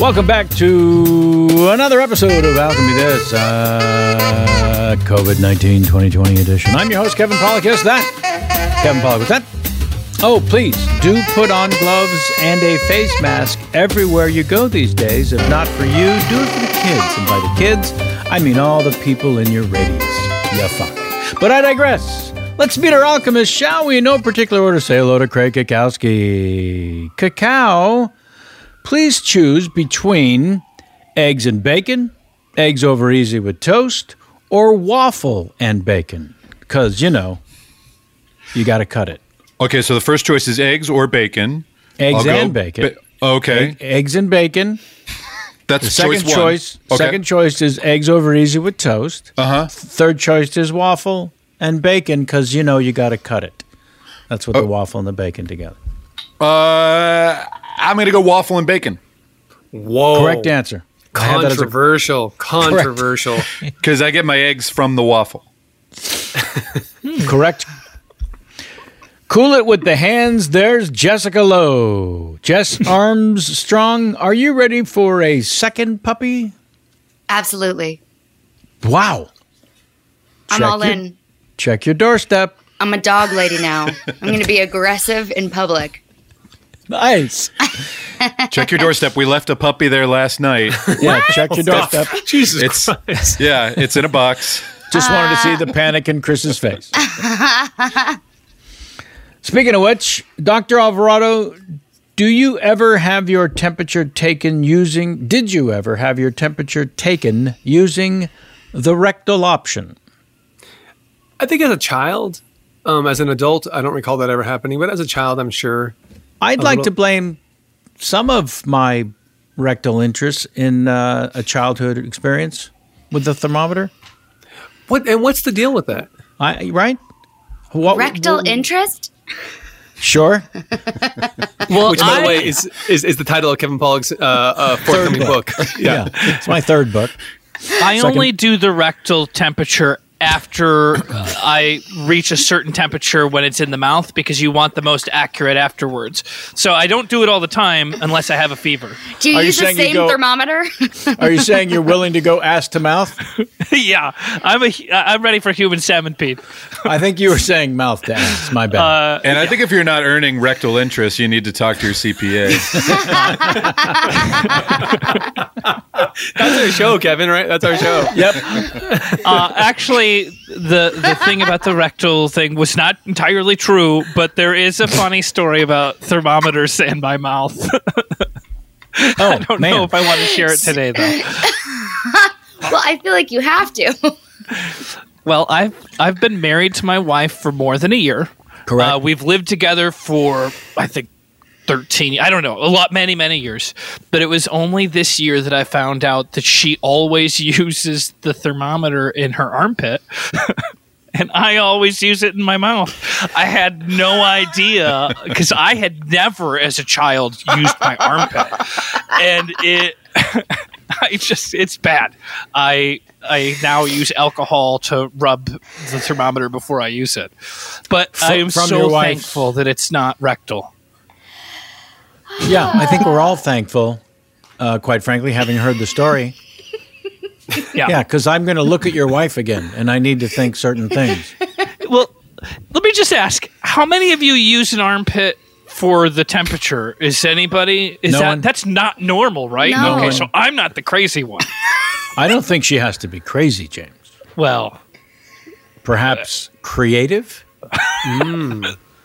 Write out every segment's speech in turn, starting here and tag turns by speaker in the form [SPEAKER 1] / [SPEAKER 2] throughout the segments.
[SPEAKER 1] Welcome back to another episode of Alchemy This, uh, COVID 19 2020 edition. I'm your host, Kevin Pollock. Yes, that. Kevin Pollock, what's that? Oh, please do put on gloves and a face mask everywhere you go these days. If not for you, do it for the kids. And by the kids, I mean all the people in your radius. You fuck. But I digress. Let's meet our alchemist, shall we? In no particular order, say hello to Craig Kakowski. Cacao please choose between eggs and bacon, eggs over easy with toast, or waffle and bacon. Because, you know, you got to cut it.
[SPEAKER 2] Okay, so the first choice is eggs or bacon.
[SPEAKER 1] Eggs
[SPEAKER 2] I'll go
[SPEAKER 1] and bacon.
[SPEAKER 2] ba- okay,
[SPEAKER 1] Egg- eggs and bacon.
[SPEAKER 2] that's
[SPEAKER 1] Second
[SPEAKER 2] choice one.
[SPEAKER 1] choice.
[SPEAKER 2] Okay. Uh-huh.
[SPEAKER 1] Second choice is eggs over easy with toast. Uh huh. Third choice is waffle and bacon because you know you got to cut it. That's
[SPEAKER 2] Oh.
[SPEAKER 1] what the waffle and the bacon together.
[SPEAKER 2] Uh, I'm gonna go waffle and bacon
[SPEAKER 3] Whoa.
[SPEAKER 1] Correct answer. I had that as a-
[SPEAKER 3] Controversial. Controversial.
[SPEAKER 2] because I get my eggs from the waffle.
[SPEAKER 1] Correct. Cool it with the hands. There's Jessica Lowe. Jess Arms Strong, are you ready for a second puppy?
[SPEAKER 4] Absolutely.
[SPEAKER 1] Wow.
[SPEAKER 4] I'm
[SPEAKER 1] Check
[SPEAKER 4] all
[SPEAKER 1] your-
[SPEAKER 4] in.
[SPEAKER 1] Check your doorstep.
[SPEAKER 4] I'm a dog lady now. I'm going to be aggressive in public.
[SPEAKER 1] Nice.
[SPEAKER 2] Check your doorstep. We left a puppy there last night.
[SPEAKER 1] Yeah, check your doorstep.
[SPEAKER 3] Jesus
[SPEAKER 2] It's
[SPEAKER 3] Christ.
[SPEAKER 2] yeah, it's in a box.
[SPEAKER 1] Just wanted to see
[SPEAKER 4] Uh.
[SPEAKER 1] the panic in Chris's face. Speaking of which, Dr. Alvarado, do you ever have your temperature taken using, did you ever have your temperature taken using the rectal option?
[SPEAKER 3] I think as a child,
[SPEAKER 5] Um, as an adult, I don't recall that ever happening, but as a child, I'm sure.
[SPEAKER 1] I'd
[SPEAKER 5] a
[SPEAKER 1] like
[SPEAKER 5] little-
[SPEAKER 1] to blame some of my rectal interests in uh, a childhood experience with the thermometer.
[SPEAKER 5] What and what's the deal with that?
[SPEAKER 1] I right? What
[SPEAKER 4] Rectal interest?
[SPEAKER 1] Sure.
[SPEAKER 5] Well, which, by
[SPEAKER 1] I-
[SPEAKER 5] the way, is, is is the title of Kevin Pollock's uh, uh, forthcoming book.
[SPEAKER 1] Yeah. it's my third book.
[SPEAKER 3] I
[SPEAKER 1] Second.
[SPEAKER 3] only do the rectal temperature after uh, I reach a certain temperature when it's in the mouth because you want the most accurate afterwards. So I don't do it all the time unless I have a fever.
[SPEAKER 4] Do you
[SPEAKER 1] Are you
[SPEAKER 4] use the
[SPEAKER 1] saying you
[SPEAKER 4] same
[SPEAKER 1] go-
[SPEAKER 4] thermometer?
[SPEAKER 1] Are you saying you're willing to go ass to mouth?
[SPEAKER 3] yeah, I'm a hu- I'm ready for human salmon
[SPEAKER 1] I think you were saying mouth to ass. My bad.
[SPEAKER 3] Uh
[SPEAKER 6] And I think if you're not earning rectal interest, you need to talk to your CPA.
[SPEAKER 5] That's our show, Kevin. Right? That's our show.
[SPEAKER 1] yep.
[SPEAKER 3] uh, actually, the the thing about the rectal thing was not entirely true, but there is a funny story about thermometers in my mouth.
[SPEAKER 1] Oh
[SPEAKER 3] I don't
[SPEAKER 1] man.
[SPEAKER 3] know if I want to share it today, though.
[SPEAKER 4] well, I feel like you have to.
[SPEAKER 3] Well, I've I've been married to my wife for more than a year.
[SPEAKER 1] Correct.
[SPEAKER 3] Uh, we've lived together for I think thirteen. I don't know a lot, many many years. But it was only this year that I found out that she always uses the thermometer in her armpit. And I always use it in my mouth. I had no idea because I had never, as a child, used my armpit, and it I just it's bad. I I now use alcohol to rub the thermometer before I use it. But I am
[SPEAKER 1] from
[SPEAKER 3] so
[SPEAKER 1] your wife.
[SPEAKER 3] thankful that it's not rectal.
[SPEAKER 1] yeah, I think we're all thankful. Uh, quite frankly, having heard the story.
[SPEAKER 3] Yeah.
[SPEAKER 1] Yeah, because I'm going to look at your wife again, and I need to think certain things.
[SPEAKER 3] Well, let me just ask, how many of you use an armpit for the temperature? Is anybody is
[SPEAKER 1] No
[SPEAKER 3] that
[SPEAKER 1] one.
[SPEAKER 3] that's not normal, right?
[SPEAKER 4] No.
[SPEAKER 3] Okay, so I'm not the crazy one.
[SPEAKER 1] I don't think she has to be crazy, James.
[SPEAKER 3] well,
[SPEAKER 1] Perhaps creative, Hmm.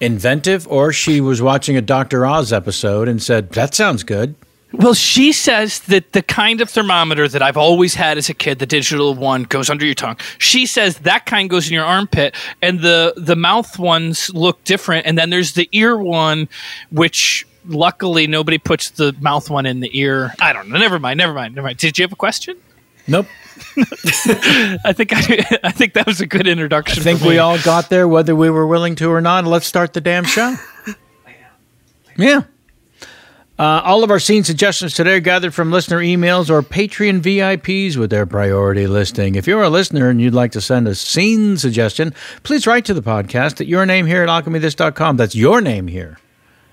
[SPEAKER 1] inventive, or she was watching a Dr. Oz episode and said, "That sounds good."
[SPEAKER 3] Well, she says that the kind of thermometer that I've always had as a kid, the digital one, goes under your tongue. She says that kind goes in your armpit, and the the mouth ones look different. And then there's the ear one, which luckily nobody puts the mouth one in the ear. I don't know. Never mind. Never mind. Never mind. Did you have a question?
[SPEAKER 1] Nope.
[SPEAKER 3] I think I, I think that was a good
[SPEAKER 1] I
[SPEAKER 3] introduction.
[SPEAKER 1] think
[SPEAKER 3] for
[SPEAKER 1] we
[SPEAKER 3] me.
[SPEAKER 1] all got there, whether we were willing to or not. Let's start the damn show. Yeah. Uh, all of our scene suggestions today are gathered from listener emails or Patreon VIPs with their priority listing. If you're a listener and you'd like to send a scene suggestion, please write to the podcast at your name here at alchemythis.com. That's your name here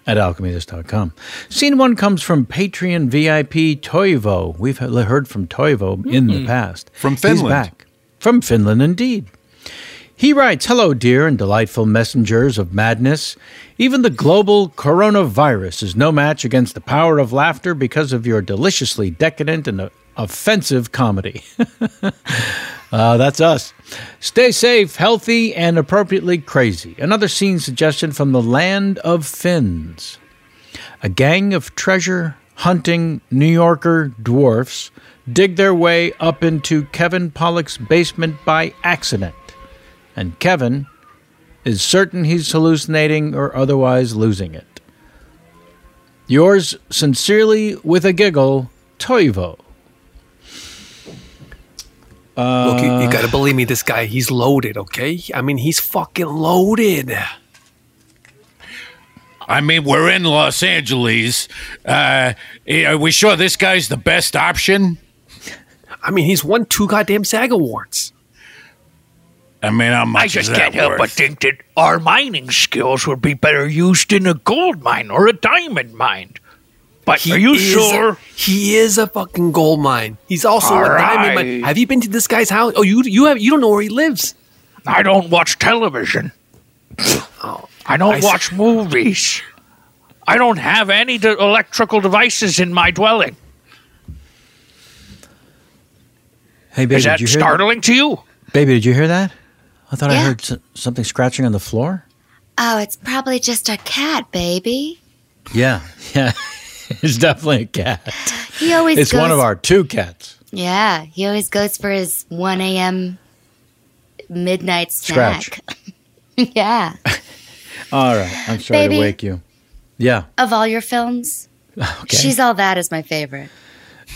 [SPEAKER 1] at alchemythis.com. Scene one comes from Patreon VIP Toivo. We've he- heard from Toivo in the past.
[SPEAKER 6] From
[SPEAKER 1] He's
[SPEAKER 6] Finland.
[SPEAKER 1] back. From Finland, indeed. He writes, Hello, dear and delightful messengers of madness. Even the global coronavirus is no match against the power of laughter because of your deliciously decadent and uh, offensive comedy. Uh, that's us. Stay safe, healthy, and appropriately crazy. Another scene suggestion from the land of Finns. A gang of treasure hunting New Yorker dwarfs dig their way up into Kevin Pollock's basement by accident. And Kevin is certain he's hallucinating or otherwise losing it. Yours sincerely with a giggle, Toivo.
[SPEAKER 5] Look, you,
[SPEAKER 1] Uh,
[SPEAKER 5] you gotta believe me. This guy, he's loaded. Okay, I mean, he's fucking loaded.
[SPEAKER 6] I mean, we're in Los Angeles. Uh, are we sure this guy's the best option?
[SPEAKER 5] I mean, he's won two goddamn SAG awards.
[SPEAKER 6] I mean, how much
[SPEAKER 3] I just can't help but think that our mining skills would be better used in a gold mine or a diamond mine. But
[SPEAKER 5] He
[SPEAKER 3] are you
[SPEAKER 5] is-
[SPEAKER 3] sure?
[SPEAKER 5] He is a fucking gold mine. He's also a
[SPEAKER 3] All
[SPEAKER 5] diamond mine.
[SPEAKER 3] right.
[SPEAKER 5] Have you been to this guy's house? Oh, you you have you don't know where he lives.
[SPEAKER 3] I don't watch television. I don't
[SPEAKER 5] I see.
[SPEAKER 3] watch movies. I don't have any de- electrical devices in my dwelling.
[SPEAKER 1] Hey, baby,
[SPEAKER 3] Is that
[SPEAKER 1] did you hear that?
[SPEAKER 3] startling to you?
[SPEAKER 1] Baby, did you hear that? I thought I
[SPEAKER 4] Yeah.
[SPEAKER 1] heard s- something scratching on the floor.
[SPEAKER 4] Oh, it's probably just a cat, baby.
[SPEAKER 1] Yeah, yeah, it's definitely a cat.
[SPEAKER 4] He always
[SPEAKER 1] It's
[SPEAKER 4] Oh, goes,
[SPEAKER 1] one of our two cats.
[SPEAKER 4] Yeah, he always goes for his 1 a.m. midnight snack.
[SPEAKER 1] Scratch.
[SPEAKER 4] yeah.
[SPEAKER 1] All right. I'm sorry
[SPEAKER 4] Baby.
[SPEAKER 1] to wake you. Yeah.
[SPEAKER 4] Of all your films,
[SPEAKER 1] Okay.
[SPEAKER 4] She's All That is my favorite.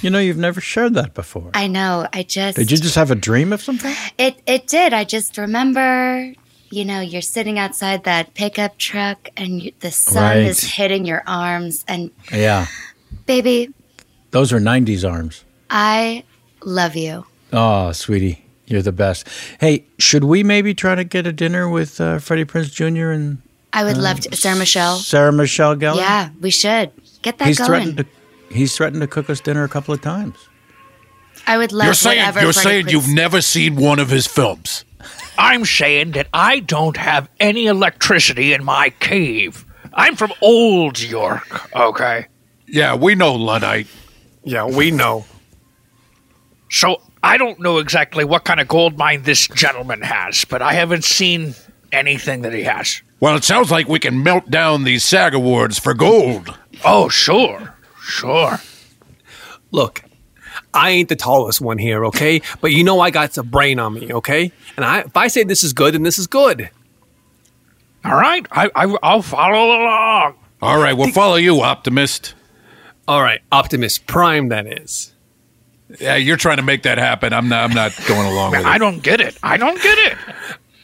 [SPEAKER 1] you know, you've never shared that before.
[SPEAKER 4] I know. I just
[SPEAKER 1] Did you just have a dream of something?
[SPEAKER 4] It it did. I just remember, you know, you're sitting outside that pickup truck and you, the sun
[SPEAKER 1] Right.
[SPEAKER 4] is hitting your arms and
[SPEAKER 1] Yeah.
[SPEAKER 4] baby,
[SPEAKER 1] Those are 90s arms.
[SPEAKER 4] I love you.
[SPEAKER 1] Oh, sweetie. You're the best. Hey, should we maybe try to get a dinner with uh, Freddie Prince Jr. and
[SPEAKER 4] I would
[SPEAKER 1] Uh,
[SPEAKER 4] love to Sarah Michelle.
[SPEAKER 1] Sarah Michelle Gellar?
[SPEAKER 4] Yeah, we should. Get that
[SPEAKER 1] he's
[SPEAKER 4] going.
[SPEAKER 1] threatened to he's threatened to cook us dinner a couple of times.
[SPEAKER 4] I would love
[SPEAKER 6] You're saying
[SPEAKER 4] whatever
[SPEAKER 6] you're
[SPEAKER 4] Freddie
[SPEAKER 6] saying
[SPEAKER 4] Prinze-
[SPEAKER 6] you've never seen one of his films.
[SPEAKER 7] I'm saying that I don't have any electricity in my cave. I'm from Old York, okay?
[SPEAKER 6] Yeah, we know Luddite.
[SPEAKER 5] Yeah, we know.
[SPEAKER 7] So I don't know exactly what kind of gold mine this gentleman has, but I haven't seen anything that he has.
[SPEAKER 6] Well, it sounds like we can melt down these SAG awards for gold.
[SPEAKER 7] Oh, sure. Sure.
[SPEAKER 5] Look, I ain't the tallest one here, okay? But you know I got some brain on me, okay? And I, if I say this is good, then this is good.
[SPEAKER 7] All right, I, I, I'll follow along.
[SPEAKER 6] All right, we'll follow you, optimist.
[SPEAKER 5] All right, Optimus Prime, that is.
[SPEAKER 6] Yeah, you're trying to make that happen. I'm not. I'm not going along with it.
[SPEAKER 7] I don't get it. I don't get it.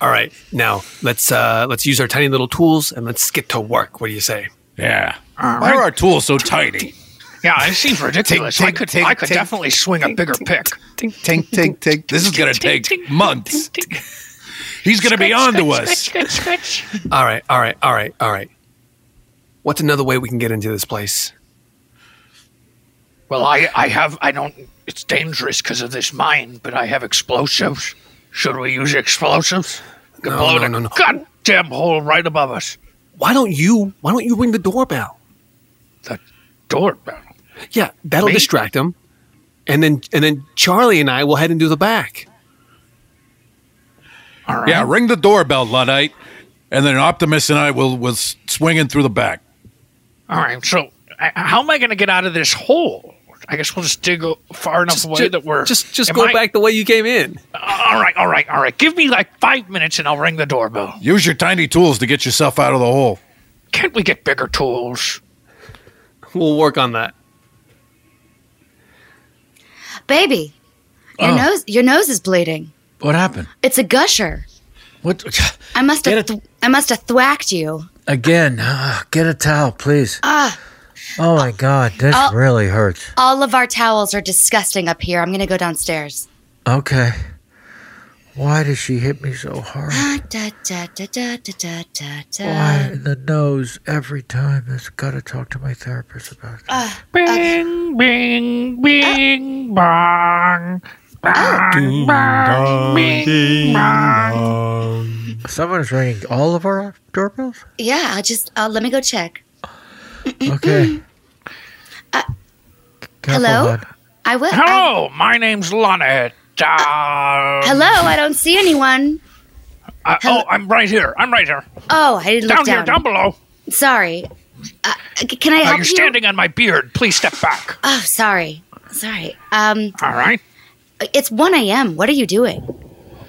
[SPEAKER 5] All right, now let's uh, let's use our tiny little tools and let's get to work. What do you say?
[SPEAKER 6] Yeah.
[SPEAKER 7] All
[SPEAKER 6] Why
[SPEAKER 7] right.
[SPEAKER 6] are our tools so tiny?
[SPEAKER 7] Yeah, it seems ridiculous. I could, I could definitely swing a bigger pick.
[SPEAKER 6] Tink, tink, tink. This is gonna take months. He's gonna be on to us.
[SPEAKER 5] All right, all right, all right, all right. What's another way we can get into this place?
[SPEAKER 7] Well, I, I have, I don't, it's dangerous because of this mine, but I have explosives. Should we use explosives? Could
[SPEAKER 5] No,
[SPEAKER 7] blow
[SPEAKER 5] no,
[SPEAKER 7] the
[SPEAKER 5] no, no.
[SPEAKER 7] goddamn hole right above us.
[SPEAKER 5] Why don't you Why don't you ring the doorbell?
[SPEAKER 7] The doorbell.
[SPEAKER 5] Yeah, that'll
[SPEAKER 7] Me?
[SPEAKER 5] distract him, and then and then Charlie and I will head into the back.
[SPEAKER 7] All right.
[SPEAKER 6] Yeah, ring the doorbell, Luddite, and then Optimus and I will will s- swing in through the back.
[SPEAKER 7] All right. So, I, how am I going to get out of this hole? I guess we'll just dig o- far enough away
[SPEAKER 5] ju-
[SPEAKER 7] that we're
[SPEAKER 5] just just
[SPEAKER 7] Am
[SPEAKER 5] go
[SPEAKER 7] I-
[SPEAKER 5] back the way you came in.
[SPEAKER 7] All right, all right, all right. Give me like five minutes and I'll ring the doorbell.
[SPEAKER 6] Use your tiny tools to get yourself out of the hole.
[SPEAKER 7] Can't we get bigger tools?
[SPEAKER 5] We'll work on that.
[SPEAKER 4] Baby, your
[SPEAKER 1] Oh.
[SPEAKER 4] nose your nose is bleeding.
[SPEAKER 1] What happened?
[SPEAKER 4] It's a gusher.
[SPEAKER 1] What
[SPEAKER 4] I must have
[SPEAKER 1] Get
[SPEAKER 4] th- I must have thwacked you.
[SPEAKER 1] again? Ah, get a towel, please.
[SPEAKER 4] Ah,
[SPEAKER 1] Oh my god, this
[SPEAKER 4] I'll-
[SPEAKER 1] really hurts.
[SPEAKER 4] all of our towels are disgusting up here. I'm going to go downstairs.
[SPEAKER 1] Okay. Why did she hit me so hard?
[SPEAKER 4] Da, da, da, da, da, da, da,
[SPEAKER 1] Why
[SPEAKER 4] da.
[SPEAKER 1] in the nose every time? I've got to talk to my therapist about that.
[SPEAKER 4] Ah,
[SPEAKER 7] Bing, bing, bing, bong.
[SPEAKER 4] Ah.
[SPEAKER 7] Bong, bong, bing, bong.
[SPEAKER 1] Someone's ringing all of our doorbells?
[SPEAKER 4] Yeah, I'll just uh, let me go check.
[SPEAKER 1] Okay. Careful,
[SPEAKER 4] hello?
[SPEAKER 1] hon.
[SPEAKER 4] I will. I-
[SPEAKER 7] Hello, my name's Lonette. Uh,
[SPEAKER 4] hello, I don't see anyone.
[SPEAKER 7] I- oh, I'm right here. I'm right here.
[SPEAKER 4] Oh, I didn't
[SPEAKER 7] Down,
[SPEAKER 4] look
[SPEAKER 7] here,
[SPEAKER 4] down.
[SPEAKER 7] down below.
[SPEAKER 4] Sorry. Uh, c- can I
[SPEAKER 7] Uh,
[SPEAKER 4] help
[SPEAKER 7] you're
[SPEAKER 4] you?
[SPEAKER 7] standing on my beard. Please step back.
[SPEAKER 4] Oh, sorry. Sorry. Um,
[SPEAKER 7] All right.
[SPEAKER 4] it's 1 a.m. What are you doing?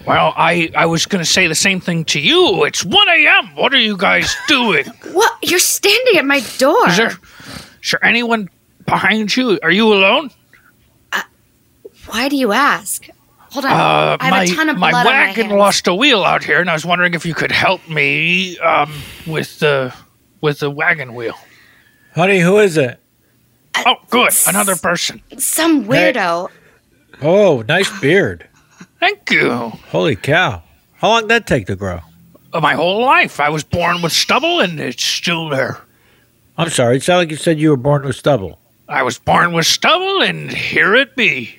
[SPEAKER 7] Well, I, I was going to say the same thing to you. It's 1 a.m. What are you guys doing?
[SPEAKER 4] What? You're standing at my door.
[SPEAKER 7] Is there, is there anyone behind you? Are you alone?
[SPEAKER 4] Why do you ask? Hold on.
[SPEAKER 7] Uh,
[SPEAKER 4] I have
[SPEAKER 7] my
[SPEAKER 4] a ton of
[SPEAKER 7] my
[SPEAKER 4] blood
[SPEAKER 7] wagon
[SPEAKER 4] on my hands.
[SPEAKER 7] lost a wheel out here, and I was wondering if you could help me um, with the with the wagon wheel.
[SPEAKER 1] Honey, who is it?
[SPEAKER 7] Oh, good, another person.
[SPEAKER 4] Some weirdo.
[SPEAKER 1] Oh, nice beard.
[SPEAKER 7] Thank you.
[SPEAKER 1] Holy cow. How long did that take to grow?
[SPEAKER 7] Uh, My whole life, I was born with stubble, and it's still there.
[SPEAKER 1] I'm sorry. It sounded like you said you were born with stubble.
[SPEAKER 7] I was born with stubble, and here it be.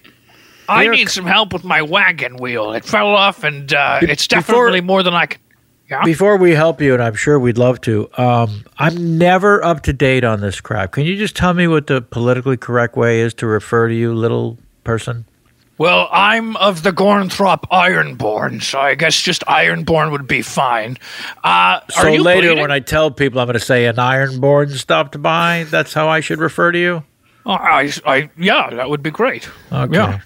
[SPEAKER 7] I
[SPEAKER 1] Here-
[SPEAKER 7] need some help with my wagon wheel. It fell off, and uh,
[SPEAKER 1] Be-
[SPEAKER 7] it's
[SPEAKER 1] before-
[SPEAKER 7] definitely more than I can. Yeah.
[SPEAKER 1] Before we help you, and I'm sure we'd love to, um, I'm never up to date on this crap. Can you just tell me what the politically correct way is to refer to you, little person?
[SPEAKER 7] Well, I'm of the Gornthrop Ironborn, so I guess just Ironborn would be fine. Uh,
[SPEAKER 1] So
[SPEAKER 7] are you
[SPEAKER 1] later,
[SPEAKER 7] bleeding?
[SPEAKER 1] when I tell people I'm going to say an ironborn stopped by, that's how I should refer to you?
[SPEAKER 7] Oh, I, I, yeah, that would be great.
[SPEAKER 1] Okay.
[SPEAKER 7] Yeah.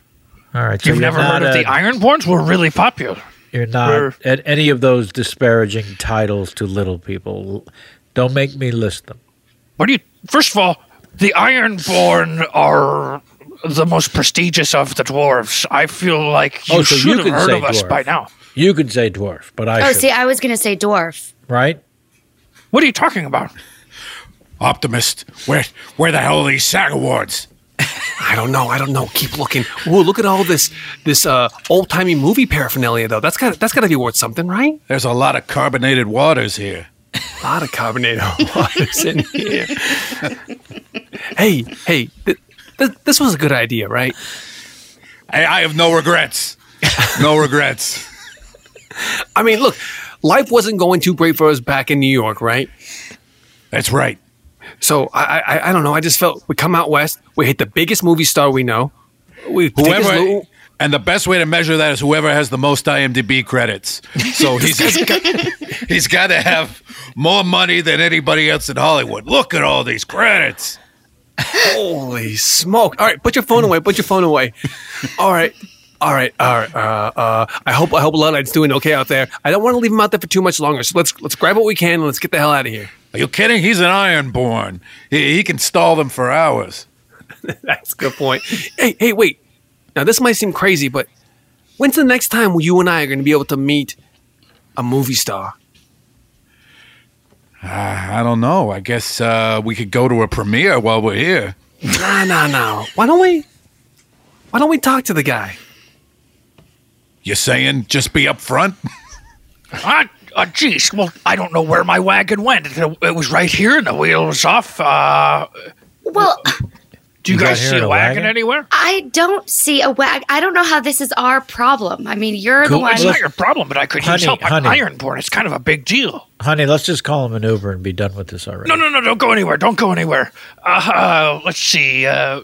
[SPEAKER 1] All right. so
[SPEAKER 7] You've
[SPEAKER 1] you're
[SPEAKER 7] never
[SPEAKER 1] not
[SPEAKER 7] heard of
[SPEAKER 1] a-
[SPEAKER 7] the Ironborns? We're really popular.
[SPEAKER 1] You're not
[SPEAKER 7] We're-
[SPEAKER 1] at any of those disparaging titles to little people. Don't make me list them.
[SPEAKER 7] What do you? First of all, the Ironborn are the most prestigious of the dwarves. I feel like you
[SPEAKER 1] Oh, so you
[SPEAKER 7] should
[SPEAKER 1] can
[SPEAKER 7] have heard
[SPEAKER 1] say
[SPEAKER 7] of us
[SPEAKER 1] dwarf.
[SPEAKER 7] by now.
[SPEAKER 1] You could say dwarf, but I
[SPEAKER 4] oh,
[SPEAKER 1] should,
[SPEAKER 4] see, I was going to say dwarf.
[SPEAKER 1] right?
[SPEAKER 7] What are you talking about?
[SPEAKER 6] Optimist, where where the hell are these SAG awards?
[SPEAKER 5] I don't know. I don't know. Keep looking. Ooh, look at all this this uh, old timey movie paraphernalia though. That's got that's got to be worth something, right?
[SPEAKER 6] There's a lot of carbonated waters here.
[SPEAKER 5] A lot of carbonated waters in here. hey, hey, th- th- this was a good idea, right?
[SPEAKER 6] I, I have no regrets. No regrets.
[SPEAKER 5] I mean, look, life wasn't going too great for us back in New York, right?
[SPEAKER 6] That's right.
[SPEAKER 5] So I, I, I don't know. I just felt we come out west, we hit the biggest movie star we know. We take his
[SPEAKER 6] Whoever-
[SPEAKER 5] little-
[SPEAKER 6] and the best way to measure that is whoever has the most IMDb credits. So he's he's got to have more money than anybody else in Hollywood. Look at all these credits.
[SPEAKER 5] Holy smoke! All right, put your phone away. Put your phone away. All right, all right, all right. Uh, uh, I hope I hope Luddite's doing okay out there. I don't want to leave him out there for too much longer. So let's let's grab what we can and let's get the hell out of here.
[SPEAKER 6] Are you kidding? He's an Ironborn. He, he can stall them for hours.
[SPEAKER 5] That's a good point. hey, hey, wait. Now this might seem crazy, but when's the next time you and I are going to be able to meet a movie star?
[SPEAKER 6] Uh, I don't know. I guess uh, we could go to a premiere while we're here.
[SPEAKER 5] Nah, nah, nah. Why don't we? Why don't we talk to the guy?
[SPEAKER 6] You're saying just be up front?
[SPEAKER 7] Ah, uh, geez. Well, I don't know where my wagon went. It, it was right here, and the wheel was off. Uh,
[SPEAKER 4] Well,
[SPEAKER 7] do you,
[SPEAKER 4] You got
[SPEAKER 7] guys
[SPEAKER 4] here
[SPEAKER 7] see
[SPEAKER 4] in
[SPEAKER 7] a
[SPEAKER 4] a
[SPEAKER 7] wagon,
[SPEAKER 4] wagon?
[SPEAKER 7] anywhere?
[SPEAKER 4] I don't see a wag. I don't know how this is our problem. I mean, you're the
[SPEAKER 1] Cool.
[SPEAKER 4] one.
[SPEAKER 7] It's not your problem, but I could use
[SPEAKER 1] Honey,
[SPEAKER 7] help. I'm
[SPEAKER 1] honey.
[SPEAKER 7] Ironborn. It's kind of a big deal.
[SPEAKER 1] Honey, let's just call him an Uber and be done with this already.
[SPEAKER 7] No, no, no! Don't go anywhere. Don't go anywhere. Uh, uh, let's see. Uh,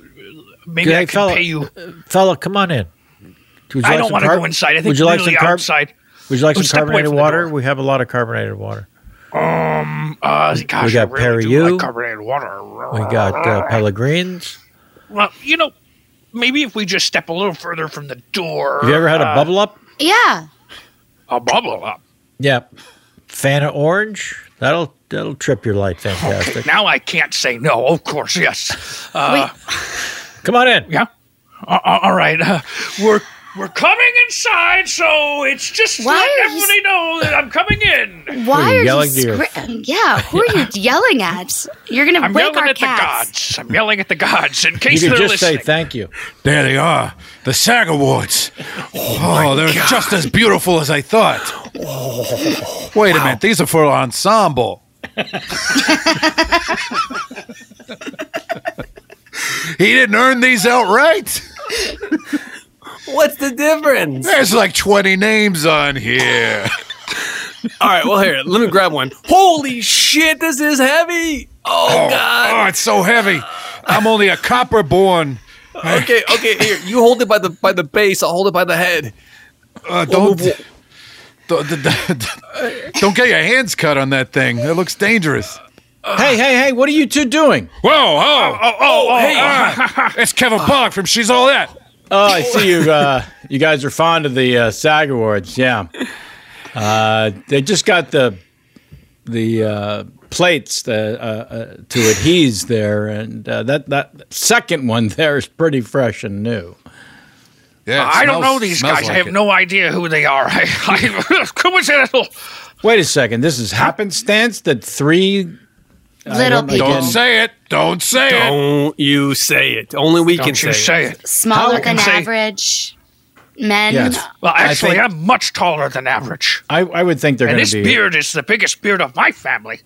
[SPEAKER 7] maybe
[SPEAKER 1] Hey,
[SPEAKER 7] I can
[SPEAKER 1] fella,
[SPEAKER 7] pay you.
[SPEAKER 1] Fella, uh, come on in. Would you
[SPEAKER 7] I
[SPEAKER 1] like
[SPEAKER 7] don't
[SPEAKER 1] some
[SPEAKER 7] want to
[SPEAKER 1] carb-
[SPEAKER 7] go inside. I think
[SPEAKER 1] would you like some
[SPEAKER 7] literally
[SPEAKER 1] carb-
[SPEAKER 7] outside.
[SPEAKER 1] Would you like
[SPEAKER 7] Oh,
[SPEAKER 1] some
[SPEAKER 7] step away
[SPEAKER 1] carbonated
[SPEAKER 7] from the
[SPEAKER 1] water? We have a lot of carbonated water.
[SPEAKER 7] Um, uh, gosh,
[SPEAKER 1] we got
[SPEAKER 7] I really do
[SPEAKER 1] Periu.
[SPEAKER 7] like carbonated water.
[SPEAKER 1] we got uh, Pellegrins.
[SPEAKER 7] Well, you know, maybe if we just step a little further from the door.
[SPEAKER 1] Have you ever had a
[SPEAKER 7] uh,
[SPEAKER 1] bubble up?
[SPEAKER 4] Yeah.
[SPEAKER 7] A bubble up.
[SPEAKER 1] Yeah. Fanta orange. That'll that'll trip your light fantastic.
[SPEAKER 7] Now I can't say no. Of course, yes. Uh,
[SPEAKER 1] Come on in.
[SPEAKER 7] Yeah. Uh, uh, all right. Uh, we're we're coming inside, so it's just
[SPEAKER 4] Why
[SPEAKER 7] let
[SPEAKER 4] are you
[SPEAKER 7] everybody know that I'm coming in.
[SPEAKER 4] Why are
[SPEAKER 1] yelling to
[SPEAKER 4] you
[SPEAKER 1] your-
[SPEAKER 4] scri- Yeah, who are you yelling at? You're gonna
[SPEAKER 7] I'm
[SPEAKER 4] wake
[SPEAKER 7] yelling
[SPEAKER 4] our
[SPEAKER 7] at
[SPEAKER 4] cats.
[SPEAKER 7] the gods. I'm yelling at the gods in
[SPEAKER 1] You
[SPEAKER 7] case
[SPEAKER 1] could
[SPEAKER 7] they're
[SPEAKER 1] just say
[SPEAKER 7] listening.
[SPEAKER 1] thank you.
[SPEAKER 6] There they are, the SAG Awards. Oh, they're just as beautiful as I thought.
[SPEAKER 5] Oh.
[SPEAKER 6] Wait a minute, these are for ensemble. he didn't earn these outright.
[SPEAKER 5] What's the difference?
[SPEAKER 6] There's like 20 names on here.
[SPEAKER 5] All right, well here, let me grab one. Holy shit, this is heavy. Oh, god.
[SPEAKER 6] Oh, it's so heavy. I'm only a copper born.
[SPEAKER 5] Okay, okay, here. You hold it by the by the base, I'll hold it by the head.
[SPEAKER 6] Uh, don't, don't, don't get your hands cut on that thing. It looks dangerous.
[SPEAKER 1] hey, hey, hey, what are you two doing?
[SPEAKER 6] Whoa, oh, oh, oh, oh, ah, it's Kevin Pog from She's All That.
[SPEAKER 8] Oh, I see you. Uh, you guys are fond of the uh, SAG awards. Yeah, uh, they just got the the uh, plates the, uh, uh, to adhese there, and uh, that that second one there is pretty fresh and new.
[SPEAKER 6] Yeah,
[SPEAKER 7] I don't know these guys. I have no idea who they are. I, I, coincidental.
[SPEAKER 8] Wait a second. This is happenstance that three I
[SPEAKER 4] Little
[SPEAKER 8] don't-
[SPEAKER 4] people.
[SPEAKER 8] again-
[SPEAKER 6] Say it. Don't say it.
[SPEAKER 5] Don't you say it. Only we
[SPEAKER 7] Don't
[SPEAKER 5] can
[SPEAKER 7] you say it.
[SPEAKER 4] Smaller
[SPEAKER 7] How-
[SPEAKER 4] than
[SPEAKER 7] Say-
[SPEAKER 4] average men.
[SPEAKER 8] Yes.
[SPEAKER 7] Well,
[SPEAKER 8] I
[SPEAKER 7] actually,
[SPEAKER 8] think-
[SPEAKER 7] I'm much taller than average.
[SPEAKER 8] I, I would think they're
[SPEAKER 7] And
[SPEAKER 8] going
[SPEAKER 7] this
[SPEAKER 8] to be.
[SPEAKER 7] beard is the biggest beard of my family.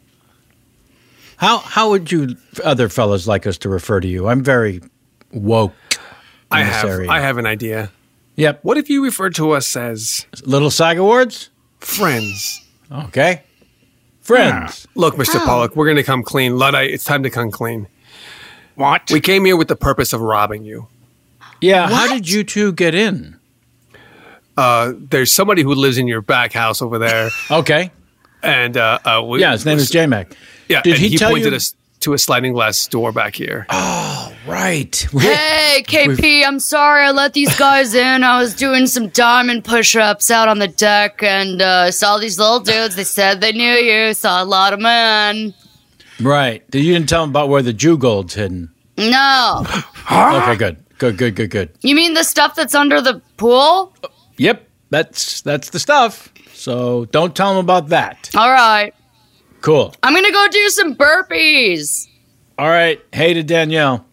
[SPEAKER 1] How how would you other fellas like us to refer to you? I'm very woke.
[SPEAKER 5] I
[SPEAKER 1] in this
[SPEAKER 5] have
[SPEAKER 1] area.
[SPEAKER 5] I have an idea.
[SPEAKER 1] Yep.
[SPEAKER 5] What if you refer to us as
[SPEAKER 1] Little SAG Awards?
[SPEAKER 5] friends?
[SPEAKER 1] Okay. Friends.
[SPEAKER 5] Look, Mr. Pollock, we're going to come clean. Luddite, it's time to come clean.
[SPEAKER 7] What?
[SPEAKER 5] We came here with the purpose of robbing you.
[SPEAKER 8] Yeah. How did you two get in?
[SPEAKER 5] Uh, there's somebody who lives in your back house over there,
[SPEAKER 8] Okay.
[SPEAKER 5] and uh, uh, we,
[SPEAKER 8] Yeah, his name is J Mac.
[SPEAKER 5] Yeah,
[SPEAKER 8] Did
[SPEAKER 5] and
[SPEAKER 8] he
[SPEAKER 5] he,
[SPEAKER 8] tell
[SPEAKER 5] pointed
[SPEAKER 8] you- Oh,
[SPEAKER 5] us to a sliding glass door back here.
[SPEAKER 1] Right.
[SPEAKER 4] Hey, KP, I'm sorry I let these guys in. I was doing some diamond push ups out on the deck and uh, saw these little dudes. They said they knew you, saw a lot of men.
[SPEAKER 1] Right. You didn't tell them about where the Jew gold's hidden.
[SPEAKER 4] No.
[SPEAKER 1] Okay, good. Good, good, good, good.
[SPEAKER 4] You mean the stuff that's under the pool?
[SPEAKER 1] Yep, that's that's the stuff. So don't tell them about that.
[SPEAKER 4] All right.
[SPEAKER 1] Cool.
[SPEAKER 4] I'm going to go do some burpees.
[SPEAKER 1] All right. Hey to Danielle.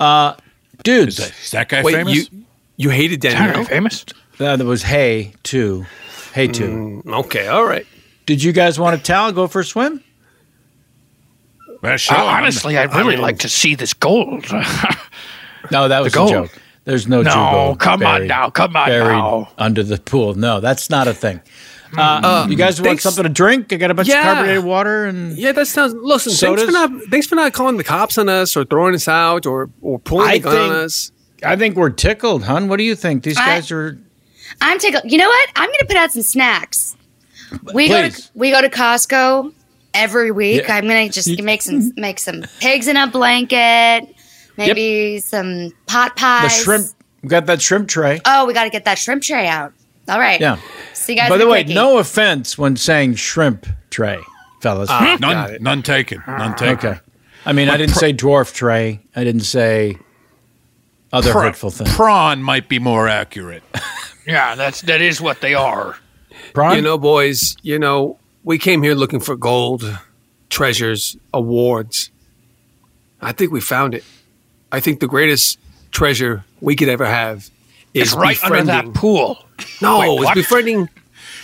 [SPEAKER 1] Uh dudes. Is that,
[SPEAKER 6] is that guy
[SPEAKER 5] Wait, famous? you-
[SPEAKER 1] you hated
[SPEAKER 5] Danielle?
[SPEAKER 1] famous? Uh, there was Hey too. Hey too.
[SPEAKER 5] Mm, okay, all right.
[SPEAKER 1] Did you guys want to towel go for a swim?
[SPEAKER 7] sure. Oh, honestly, I'd really like to see this gold.
[SPEAKER 1] No, that was a
[SPEAKER 7] gold.
[SPEAKER 1] joke. There's no,
[SPEAKER 7] No,
[SPEAKER 1] Jew gold
[SPEAKER 7] come on now, come on
[SPEAKER 1] buried
[SPEAKER 7] now.
[SPEAKER 1] under the pool. No, that's not a thing. Uh,
[SPEAKER 5] Uh,
[SPEAKER 1] you guys want
[SPEAKER 5] thanks-
[SPEAKER 1] something to drink? I got a bunch
[SPEAKER 5] Yeah.
[SPEAKER 1] of carbonated water and
[SPEAKER 5] Yeah, that sounds. Listen, thanks for
[SPEAKER 1] Sodas?
[SPEAKER 5] not thanks for not calling the cops on us or throwing us out or or pulling the
[SPEAKER 1] I
[SPEAKER 5] gun
[SPEAKER 1] think-
[SPEAKER 5] on us.
[SPEAKER 1] I think we're tickled, hun. What do you think? These
[SPEAKER 4] I-
[SPEAKER 1] guys are
[SPEAKER 4] I'm taking. You know what? I'm going to put out some snacks. We go
[SPEAKER 1] Please.
[SPEAKER 4] to, we go to Costco every week.
[SPEAKER 1] Yeah.
[SPEAKER 4] I'm going to just make some make some pigs in a blanket, maybe some pot pies.
[SPEAKER 1] the shrimp. We got that shrimp tray.
[SPEAKER 5] Uh,
[SPEAKER 4] Oh, we got to get that shrimp tray out. All right.
[SPEAKER 1] Yeah.
[SPEAKER 4] See you guys.
[SPEAKER 1] By
[SPEAKER 4] in
[SPEAKER 1] the
[SPEAKER 4] a
[SPEAKER 1] way,
[SPEAKER 4] quickie.
[SPEAKER 1] no offense when saying shrimp tray, fellas.
[SPEAKER 6] Ah, None- got it. none taken. None taken.
[SPEAKER 1] Ah. Okay. I mean, I
[SPEAKER 6] But
[SPEAKER 1] didn't
[SPEAKER 6] pr-
[SPEAKER 1] say dwarf tray. I didn't say other
[SPEAKER 6] Pra-
[SPEAKER 1] hurtful things.
[SPEAKER 6] Prawn might be more accurate.
[SPEAKER 7] yeah, that's that is what they are.
[SPEAKER 5] You know, boys. You know, we came here looking for gold, treasures, awards. I think we found it. I think the greatest treasure we could ever have is
[SPEAKER 7] It's right under
[SPEAKER 5] befriending.
[SPEAKER 7] that pool.
[SPEAKER 5] No,
[SPEAKER 7] Wait,
[SPEAKER 5] it's
[SPEAKER 7] what?
[SPEAKER 5] befriending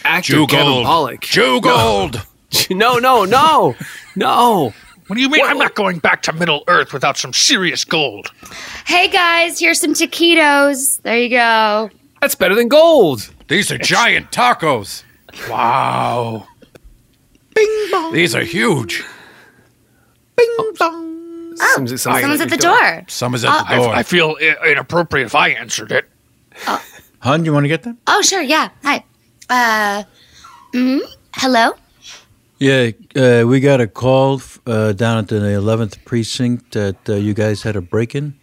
[SPEAKER 5] actor
[SPEAKER 7] Jew
[SPEAKER 5] Kevin
[SPEAKER 7] gold.
[SPEAKER 5] Pollak.
[SPEAKER 7] Jew gold.
[SPEAKER 5] No, no, no, no.
[SPEAKER 7] What do you mean? I'm not going back to Middle Earth without some serious gold.
[SPEAKER 4] Hey guys, here's some taquitos. There you go. Oh,
[SPEAKER 5] That's better than gold.
[SPEAKER 6] These are giant tacos.
[SPEAKER 7] Wow.
[SPEAKER 6] Bing bong. These are huge.
[SPEAKER 4] Oh,
[SPEAKER 5] Someone's,
[SPEAKER 4] someone's at the door.
[SPEAKER 6] Someone's
[SPEAKER 5] Uh,
[SPEAKER 4] at the
[SPEAKER 7] I-
[SPEAKER 4] door.
[SPEAKER 7] I, feel i- inappropriate if I answered it.
[SPEAKER 1] Hun, you want to get them?
[SPEAKER 4] Oh sure, yeah. Hi. Uh, mm, hello.
[SPEAKER 1] Yeah, uh, we got a call uh, down at the 11th precinct that uh, you guys had a break in.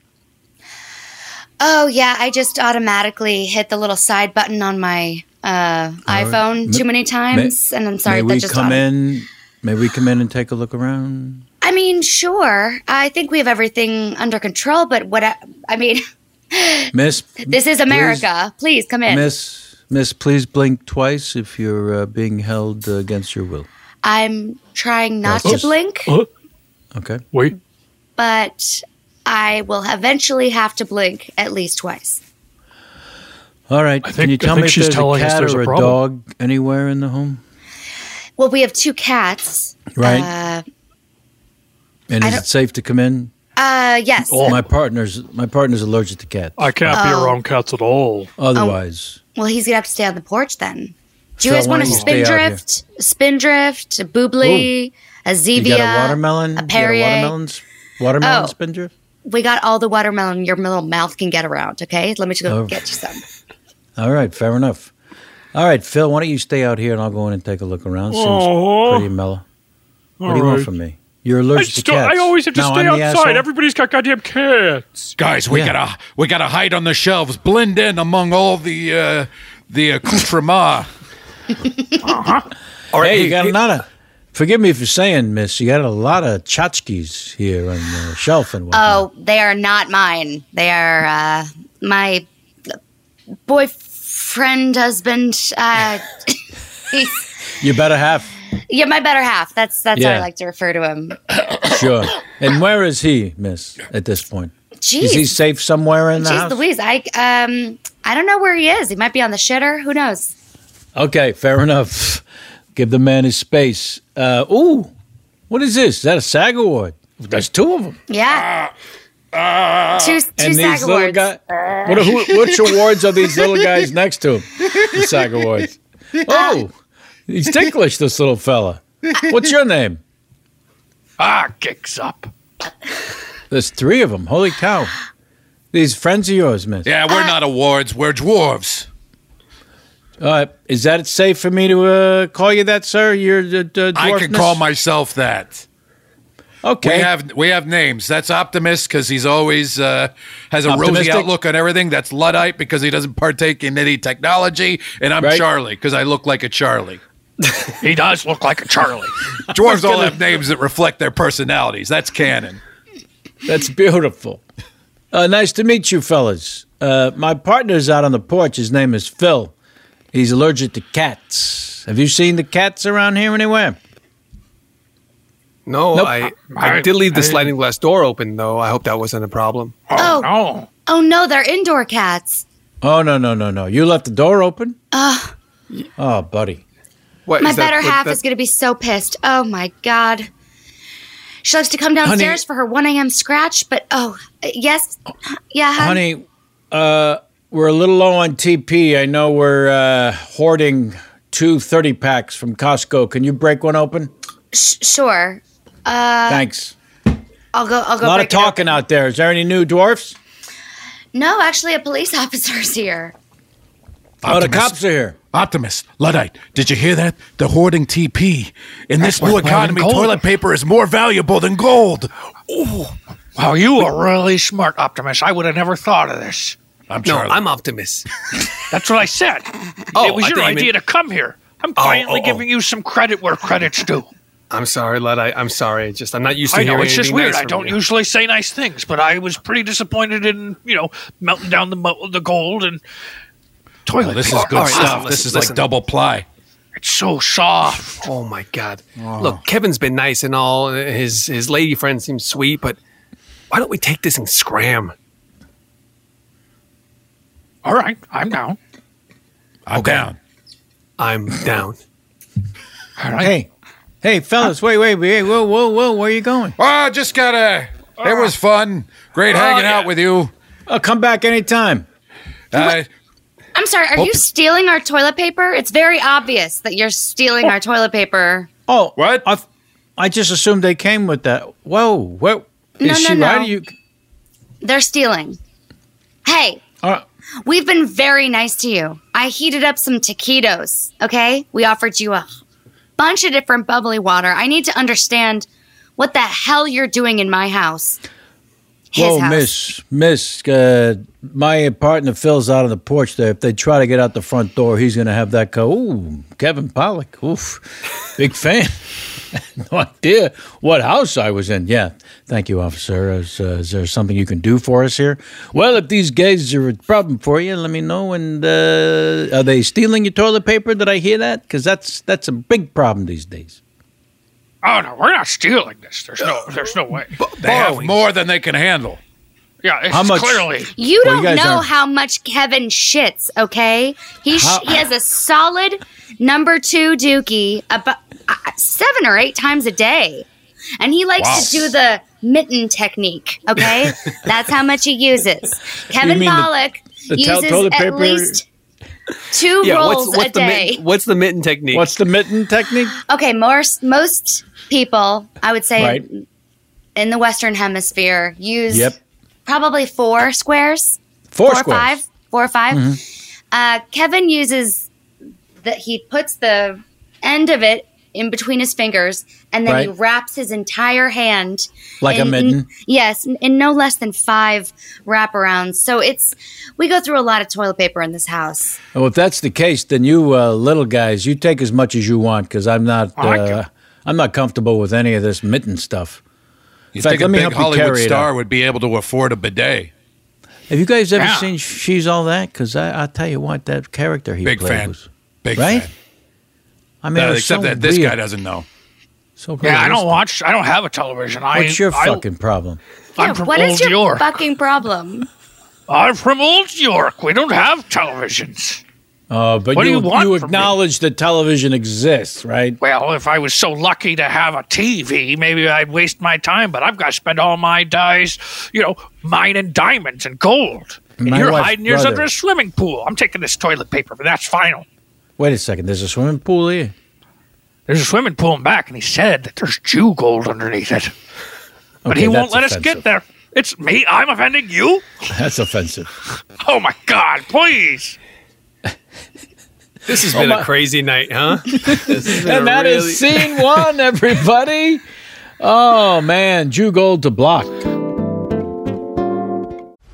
[SPEAKER 4] Oh yeah, I just automatically hit the little side button on my uh, iPhone
[SPEAKER 1] m-
[SPEAKER 4] too many times, and I'm sorry.
[SPEAKER 1] May
[SPEAKER 4] that
[SPEAKER 1] we
[SPEAKER 4] just
[SPEAKER 1] come
[SPEAKER 4] auto-
[SPEAKER 1] in? May we come in and take a look around?
[SPEAKER 4] I mean, sure. I think we have everything under control, but what? I, I mean,
[SPEAKER 1] Miss,
[SPEAKER 4] this is America. Please, come in.
[SPEAKER 1] Miss, Miss, please blink twice if you're uh, being held uh, against your will.
[SPEAKER 4] I'm trying not
[SPEAKER 1] Yes.
[SPEAKER 4] to blink,
[SPEAKER 1] Okay.
[SPEAKER 7] Oh, Wait.
[SPEAKER 4] but I will eventually have to blink at least twice.
[SPEAKER 1] All right. Can
[SPEAKER 7] think-
[SPEAKER 1] you
[SPEAKER 7] I
[SPEAKER 1] tell
[SPEAKER 7] think
[SPEAKER 1] me if
[SPEAKER 7] she's
[SPEAKER 1] there's a
[SPEAKER 7] telling us
[SPEAKER 1] cat
[SPEAKER 7] there's
[SPEAKER 1] or
[SPEAKER 7] a
[SPEAKER 1] a,
[SPEAKER 7] problem.
[SPEAKER 1] dog anywhere in the home?
[SPEAKER 4] Well, we have two cats.
[SPEAKER 1] Right.
[SPEAKER 4] Uh,
[SPEAKER 1] And
[SPEAKER 4] I
[SPEAKER 1] is
[SPEAKER 4] don't-
[SPEAKER 1] it safe to come in?
[SPEAKER 4] uh yes.
[SPEAKER 1] My partner's my partner's allergic to cats.
[SPEAKER 7] I
[SPEAKER 4] can't be Oh. around
[SPEAKER 7] cats at all.
[SPEAKER 1] Otherwise,
[SPEAKER 4] Well, he's gonna have to stay on the porch then. Do you
[SPEAKER 1] So
[SPEAKER 4] guys
[SPEAKER 1] why
[SPEAKER 4] want a
[SPEAKER 1] don't you stay
[SPEAKER 4] spin
[SPEAKER 1] out here?
[SPEAKER 4] drift, spin drift, a boobly, a
[SPEAKER 1] you
[SPEAKER 4] zevia,
[SPEAKER 1] got a watermelon.
[SPEAKER 4] a
[SPEAKER 1] you got a
[SPEAKER 4] Perrier.
[SPEAKER 1] watermelon's watermelon
[SPEAKER 4] Oh.
[SPEAKER 1] spindrift.
[SPEAKER 4] We got all the watermelon your little mouth can get around. Okay, let me just go
[SPEAKER 1] Oh.
[SPEAKER 4] get you some.
[SPEAKER 1] All right, fair enough. All right, Phil, why don't you stay out here and I'll go in and take a look around. Seems
[SPEAKER 7] Aw.
[SPEAKER 1] pretty mellow. What
[SPEAKER 7] Oh. All
[SPEAKER 1] do you want
[SPEAKER 7] right.
[SPEAKER 1] from me? You're
[SPEAKER 7] I,
[SPEAKER 1] allergic to
[SPEAKER 7] just don't-
[SPEAKER 1] cats.
[SPEAKER 7] I always have to
[SPEAKER 1] Now
[SPEAKER 7] stay
[SPEAKER 1] I'm the
[SPEAKER 7] outside.
[SPEAKER 1] asshole?
[SPEAKER 7] Everybody's got goddamn cats.
[SPEAKER 6] Guys, we
[SPEAKER 1] Yeah.
[SPEAKER 6] gotta we gotta hide on the shelves, blend in among all the uh, the accoutrement.
[SPEAKER 5] All right,
[SPEAKER 1] hey,
[SPEAKER 5] hey,
[SPEAKER 1] you got
[SPEAKER 5] hey.
[SPEAKER 1] a lot of. Forgive me for saying, Miss, you got a lot of tchotchkes here on the shelf and whatnot.
[SPEAKER 4] Oh, they are not mine. They are uh, my boyfriend, husband. Uh, he's-
[SPEAKER 1] You better have.
[SPEAKER 4] yeah, my better half. That's that's how I
[SPEAKER 1] Yeah.
[SPEAKER 4] like to refer to him.
[SPEAKER 1] Sure. And where is he, Miss, at this point? Is he
[SPEAKER 4] Jeez.
[SPEAKER 1] safe somewhere in the
[SPEAKER 4] Jeez
[SPEAKER 1] house?
[SPEAKER 4] Louise, I um I don't know where he is. He might be on the shitter. Who knows?
[SPEAKER 1] Okay, fair enough. Give the man his space. Uh, ooh, what is this? Is that a SAG award? There's two of them.
[SPEAKER 4] Yeah. two two SAG
[SPEAKER 1] and these little
[SPEAKER 4] awards. Uh.
[SPEAKER 1] guys. What, are- who, which awards are these little guys next to him? The SAG awards. Oh, he's ticklish, this little fella. What's your name?
[SPEAKER 7] Ah, kicks up.
[SPEAKER 1] There's three of them. Holy cow! These friends of yours, Miss.
[SPEAKER 6] Yeah, we're not awards, we're dwarves.
[SPEAKER 1] Uh, is that safe for me to uh, call you that, sir? You're the, the
[SPEAKER 6] I can
[SPEAKER 1] dwarfness?
[SPEAKER 6] call myself that. Okay. We have we have names. That's optimist because he's always uh, has a
[SPEAKER 8] Optimistic.
[SPEAKER 6] rosy outlook on everything. That's luddite because he doesn't partake in any technology. And I'm
[SPEAKER 8] Right.
[SPEAKER 6] Charlie because I look like a Charlie.
[SPEAKER 7] he does look like a Charlie.
[SPEAKER 6] Dwarves all have names that reflect their personalities. That's canon.
[SPEAKER 1] That's beautiful. Uh, nice to meet you, fellas. Uh, my partner's out on the porch. His name is Phil. He's allergic to cats. Have you seen the cats around here anywhere?
[SPEAKER 5] No,
[SPEAKER 1] Nope.
[SPEAKER 5] I, I did leave the sliding glass door open though. I hope that wasn't a problem.
[SPEAKER 4] Oh, oh no, they're indoor cats.
[SPEAKER 1] Oh no no no no! You left the door open.
[SPEAKER 4] Ugh,
[SPEAKER 1] Oh, buddy.
[SPEAKER 5] What,
[SPEAKER 4] my better half is going to be so pissed. Oh my god. She likes to come
[SPEAKER 1] Honey.
[SPEAKER 4] downstairs for her 1 a.m. scratch, but oh, uh, yes. Yeah, hun?
[SPEAKER 1] Honey, uh, we're a little low on TP. I know we're uh, hoarding two 30 packs from Costco. Can you break one open?
[SPEAKER 4] Sh- sure. Uh,
[SPEAKER 1] Thanks.
[SPEAKER 4] I'll go. I'll
[SPEAKER 1] A
[SPEAKER 4] go.
[SPEAKER 1] lot
[SPEAKER 4] break
[SPEAKER 1] of
[SPEAKER 4] it up.
[SPEAKER 1] talking out there. Is there any new dwarfs?
[SPEAKER 4] No, actually, a police officer's here.
[SPEAKER 1] Oh, the cops are here.
[SPEAKER 6] Optimist, Luddite, did you hear that? The hoarding TP. In this
[SPEAKER 7] That's worth
[SPEAKER 6] new
[SPEAKER 7] more than
[SPEAKER 6] economy,
[SPEAKER 7] gold.
[SPEAKER 6] toilet paper is more valuable than gold.
[SPEAKER 7] Wow, you are really smart, Optimus. I would have never thought of this.
[SPEAKER 6] I'm
[SPEAKER 5] no, I'm Optimus.
[SPEAKER 7] That's what I said.
[SPEAKER 5] Oh,
[SPEAKER 7] it was
[SPEAKER 5] I thought
[SPEAKER 7] your
[SPEAKER 5] you
[SPEAKER 7] idea
[SPEAKER 5] meant-
[SPEAKER 7] to come here. I'm
[SPEAKER 5] Oh,
[SPEAKER 7] finally
[SPEAKER 5] oh, oh.
[SPEAKER 7] giving you some credit where credit's due.
[SPEAKER 5] I'm sorry, Lud. I, I'm sorry. Just I'm not used to
[SPEAKER 7] I know
[SPEAKER 5] hearing
[SPEAKER 7] it's just
[SPEAKER 5] anything
[SPEAKER 7] weird.
[SPEAKER 5] nice
[SPEAKER 7] I
[SPEAKER 5] from
[SPEAKER 7] don't
[SPEAKER 5] you.
[SPEAKER 7] usually say nice things, but I was pretty disappointed in you know melting down the mo- the gold and toilet.
[SPEAKER 6] Well, this is
[SPEAKER 7] paper.
[SPEAKER 6] good
[SPEAKER 7] All right,
[SPEAKER 6] stuff.
[SPEAKER 7] listen,
[SPEAKER 6] this is
[SPEAKER 5] listen.
[SPEAKER 6] like double ply.
[SPEAKER 7] It's so soft.
[SPEAKER 5] Oh my god! Look, Kevin's been nice and all. His his lady friend seems sweet, but why don't we take this and scram?
[SPEAKER 7] All right, I'm down.
[SPEAKER 6] I'm down.
[SPEAKER 5] I'm down.
[SPEAKER 7] All right.
[SPEAKER 1] Hey, hey, fellas, wait, wait, wait, whoa, whoa, whoa, where are you going?
[SPEAKER 6] Oh, just gotta. It was fun. Great hanging out with you.
[SPEAKER 1] Oh, come back anytime.
[SPEAKER 6] Uh,
[SPEAKER 4] I'm sorry. Are you
[SPEAKER 6] Oops.
[SPEAKER 4] stealing our toilet paper? It's very obvious that you're stealing our toilet paper.
[SPEAKER 1] Oh,
[SPEAKER 6] What?
[SPEAKER 1] I, I just assumed they came with that. Whoa, what?
[SPEAKER 4] No,
[SPEAKER 1] Is
[SPEAKER 4] no,
[SPEAKER 1] she
[SPEAKER 4] no.
[SPEAKER 1] right? You,
[SPEAKER 4] They're stealing. Hey,
[SPEAKER 1] uh,
[SPEAKER 4] we've been very nice to you. I heated up some taquitos. Okay, we offered you a bunch of different bubbly water. I need to understand what the hell you're doing in my house. His
[SPEAKER 1] whoa,
[SPEAKER 4] house.
[SPEAKER 1] miss, miss, uh, my partner Phil's out on the porch there. If they try to get out the front door, he's going to have that go. Ooh, Kevin Pollock. Oof, big fan. no idea what house I was in. Yeah, thank you, officer. Is, uh, is there something you can do for us here? Well, if these guys are a problem for you, let me know. And uh, are they stealing your toilet paper? Did I hear that? Because that's that's a big problem these days.
[SPEAKER 7] Oh no, we're not stealing this. There's no, there's no way.
[SPEAKER 6] they have more than they can handle.
[SPEAKER 7] Oh, Yeah, it's
[SPEAKER 1] How much-
[SPEAKER 7] clearly.
[SPEAKER 4] You
[SPEAKER 1] Well,
[SPEAKER 4] don't
[SPEAKER 1] you guys
[SPEAKER 4] know
[SPEAKER 1] aren't-
[SPEAKER 4] how much Kevin shits, okay? He sh-
[SPEAKER 1] How-
[SPEAKER 4] he has a solid number two dookie about uh, seven or eight times a day, and he likes
[SPEAKER 6] Wow.
[SPEAKER 4] to do the mitten technique. Okay, that's how much he uses. Kevin
[SPEAKER 1] mean the-
[SPEAKER 4] Pollock
[SPEAKER 1] the to-
[SPEAKER 4] uses
[SPEAKER 1] toilet
[SPEAKER 4] at
[SPEAKER 1] paper-
[SPEAKER 4] least two rolls a
[SPEAKER 5] the
[SPEAKER 4] day.
[SPEAKER 5] mitten, what's the mitten technique?
[SPEAKER 1] What's the mitten technique?
[SPEAKER 4] Okay, most most people, I would say,
[SPEAKER 1] Right.
[SPEAKER 4] in the Western Hemisphere, use
[SPEAKER 1] Yep.
[SPEAKER 4] probably four squares
[SPEAKER 1] Four,
[SPEAKER 4] four or
[SPEAKER 1] squares. Mm-hmm.
[SPEAKER 4] five, four or 5 Uh, Kevin uses that he puts the end of it in between his fingers, and then he
[SPEAKER 1] Right.
[SPEAKER 4] wraps his entire hand
[SPEAKER 1] Like a
[SPEAKER 4] in-
[SPEAKER 1] mitten?
[SPEAKER 4] yes, in, in no less than five wraparounds. So it's we go through a lot of toilet paper in this house.
[SPEAKER 1] Well, if that's the case, then you uh, little guys, you take as much as you want because I'm not,
[SPEAKER 7] I like
[SPEAKER 1] uh, I'm not comfortable with any of this mitten stuff.
[SPEAKER 6] You
[SPEAKER 1] fact,
[SPEAKER 6] think
[SPEAKER 1] let
[SPEAKER 6] a
[SPEAKER 1] me
[SPEAKER 6] big
[SPEAKER 1] help you
[SPEAKER 6] Hollywood
[SPEAKER 1] carry it
[SPEAKER 6] star
[SPEAKER 1] up.
[SPEAKER 6] would be able to afford a bidet?
[SPEAKER 1] Have you guys ever
[SPEAKER 7] Yeah.
[SPEAKER 1] seen She's All That? Because I, I tell you what, that character he
[SPEAKER 6] Big
[SPEAKER 1] played
[SPEAKER 6] fan.
[SPEAKER 1] was
[SPEAKER 6] Big
[SPEAKER 1] right.
[SPEAKER 6] fan.
[SPEAKER 1] I mean, it
[SPEAKER 6] Uh,
[SPEAKER 1] was
[SPEAKER 6] except
[SPEAKER 1] so
[SPEAKER 6] that this
[SPEAKER 1] real,
[SPEAKER 6] guy doesn't know.
[SPEAKER 1] So
[SPEAKER 7] Yeah, I don't
[SPEAKER 1] realistic.
[SPEAKER 7] watch. I don't have a television. I,
[SPEAKER 1] What's your
[SPEAKER 7] I,
[SPEAKER 1] fucking problem?
[SPEAKER 7] I'm
[SPEAKER 4] Yeah,
[SPEAKER 7] from
[SPEAKER 4] what
[SPEAKER 7] old
[SPEAKER 4] is your
[SPEAKER 7] York.
[SPEAKER 4] fucking problem?
[SPEAKER 7] I'm from old York. We don't have televisions.
[SPEAKER 1] Uh, but
[SPEAKER 7] What do
[SPEAKER 1] you
[SPEAKER 7] you want
[SPEAKER 1] you
[SPEAKER 7] from me?
[SPEAKER 1] acknowledge that television exists, right?
[SPEAKER 7] Well, if I was so lucky to have a TV, maybe I'd waste my time, but I've got to spend all my days, you know, mining diamonds and gold. And
[SPEAKER 1] My
[SPEAKER 7] you're
[SPEAKER 1] wife's
[SPEAKER 7] hiding yours
[SPEAKER 1] brother-
[SPEAKER 7] under a swimming pool. I'm taking this toilet paper, but that's final.
[SPEAKER 1] Wait a second. There's a swimming pool here.
[SPEAKER 7] There's a swimming pool in back, and he said that there's Jew gold underneath it. But
[SPEAKER 1] Okay,
[SPEAKER 7] he won't
[SPEAKER 1] that's
[SPEAKER 7] let us
[SPEAKER 1] offensive.
[SPEAKER 7] get there. It's me. I'm offending you?
[SPEAKER 1] That's offensive.
[SPEAKER 7] Oh my God, please.
[SPEAKER 5] this has
[SPEAKER 1] Oh
[SPEAKER 6] Oh,
[SPEAKER 5] been a crazy night, huh?
[SPEAKER 1] and that is scene one, everybody. Oh man, Jew Gold to block.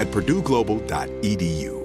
[SPEAKER 9] at purdueglobal.edu.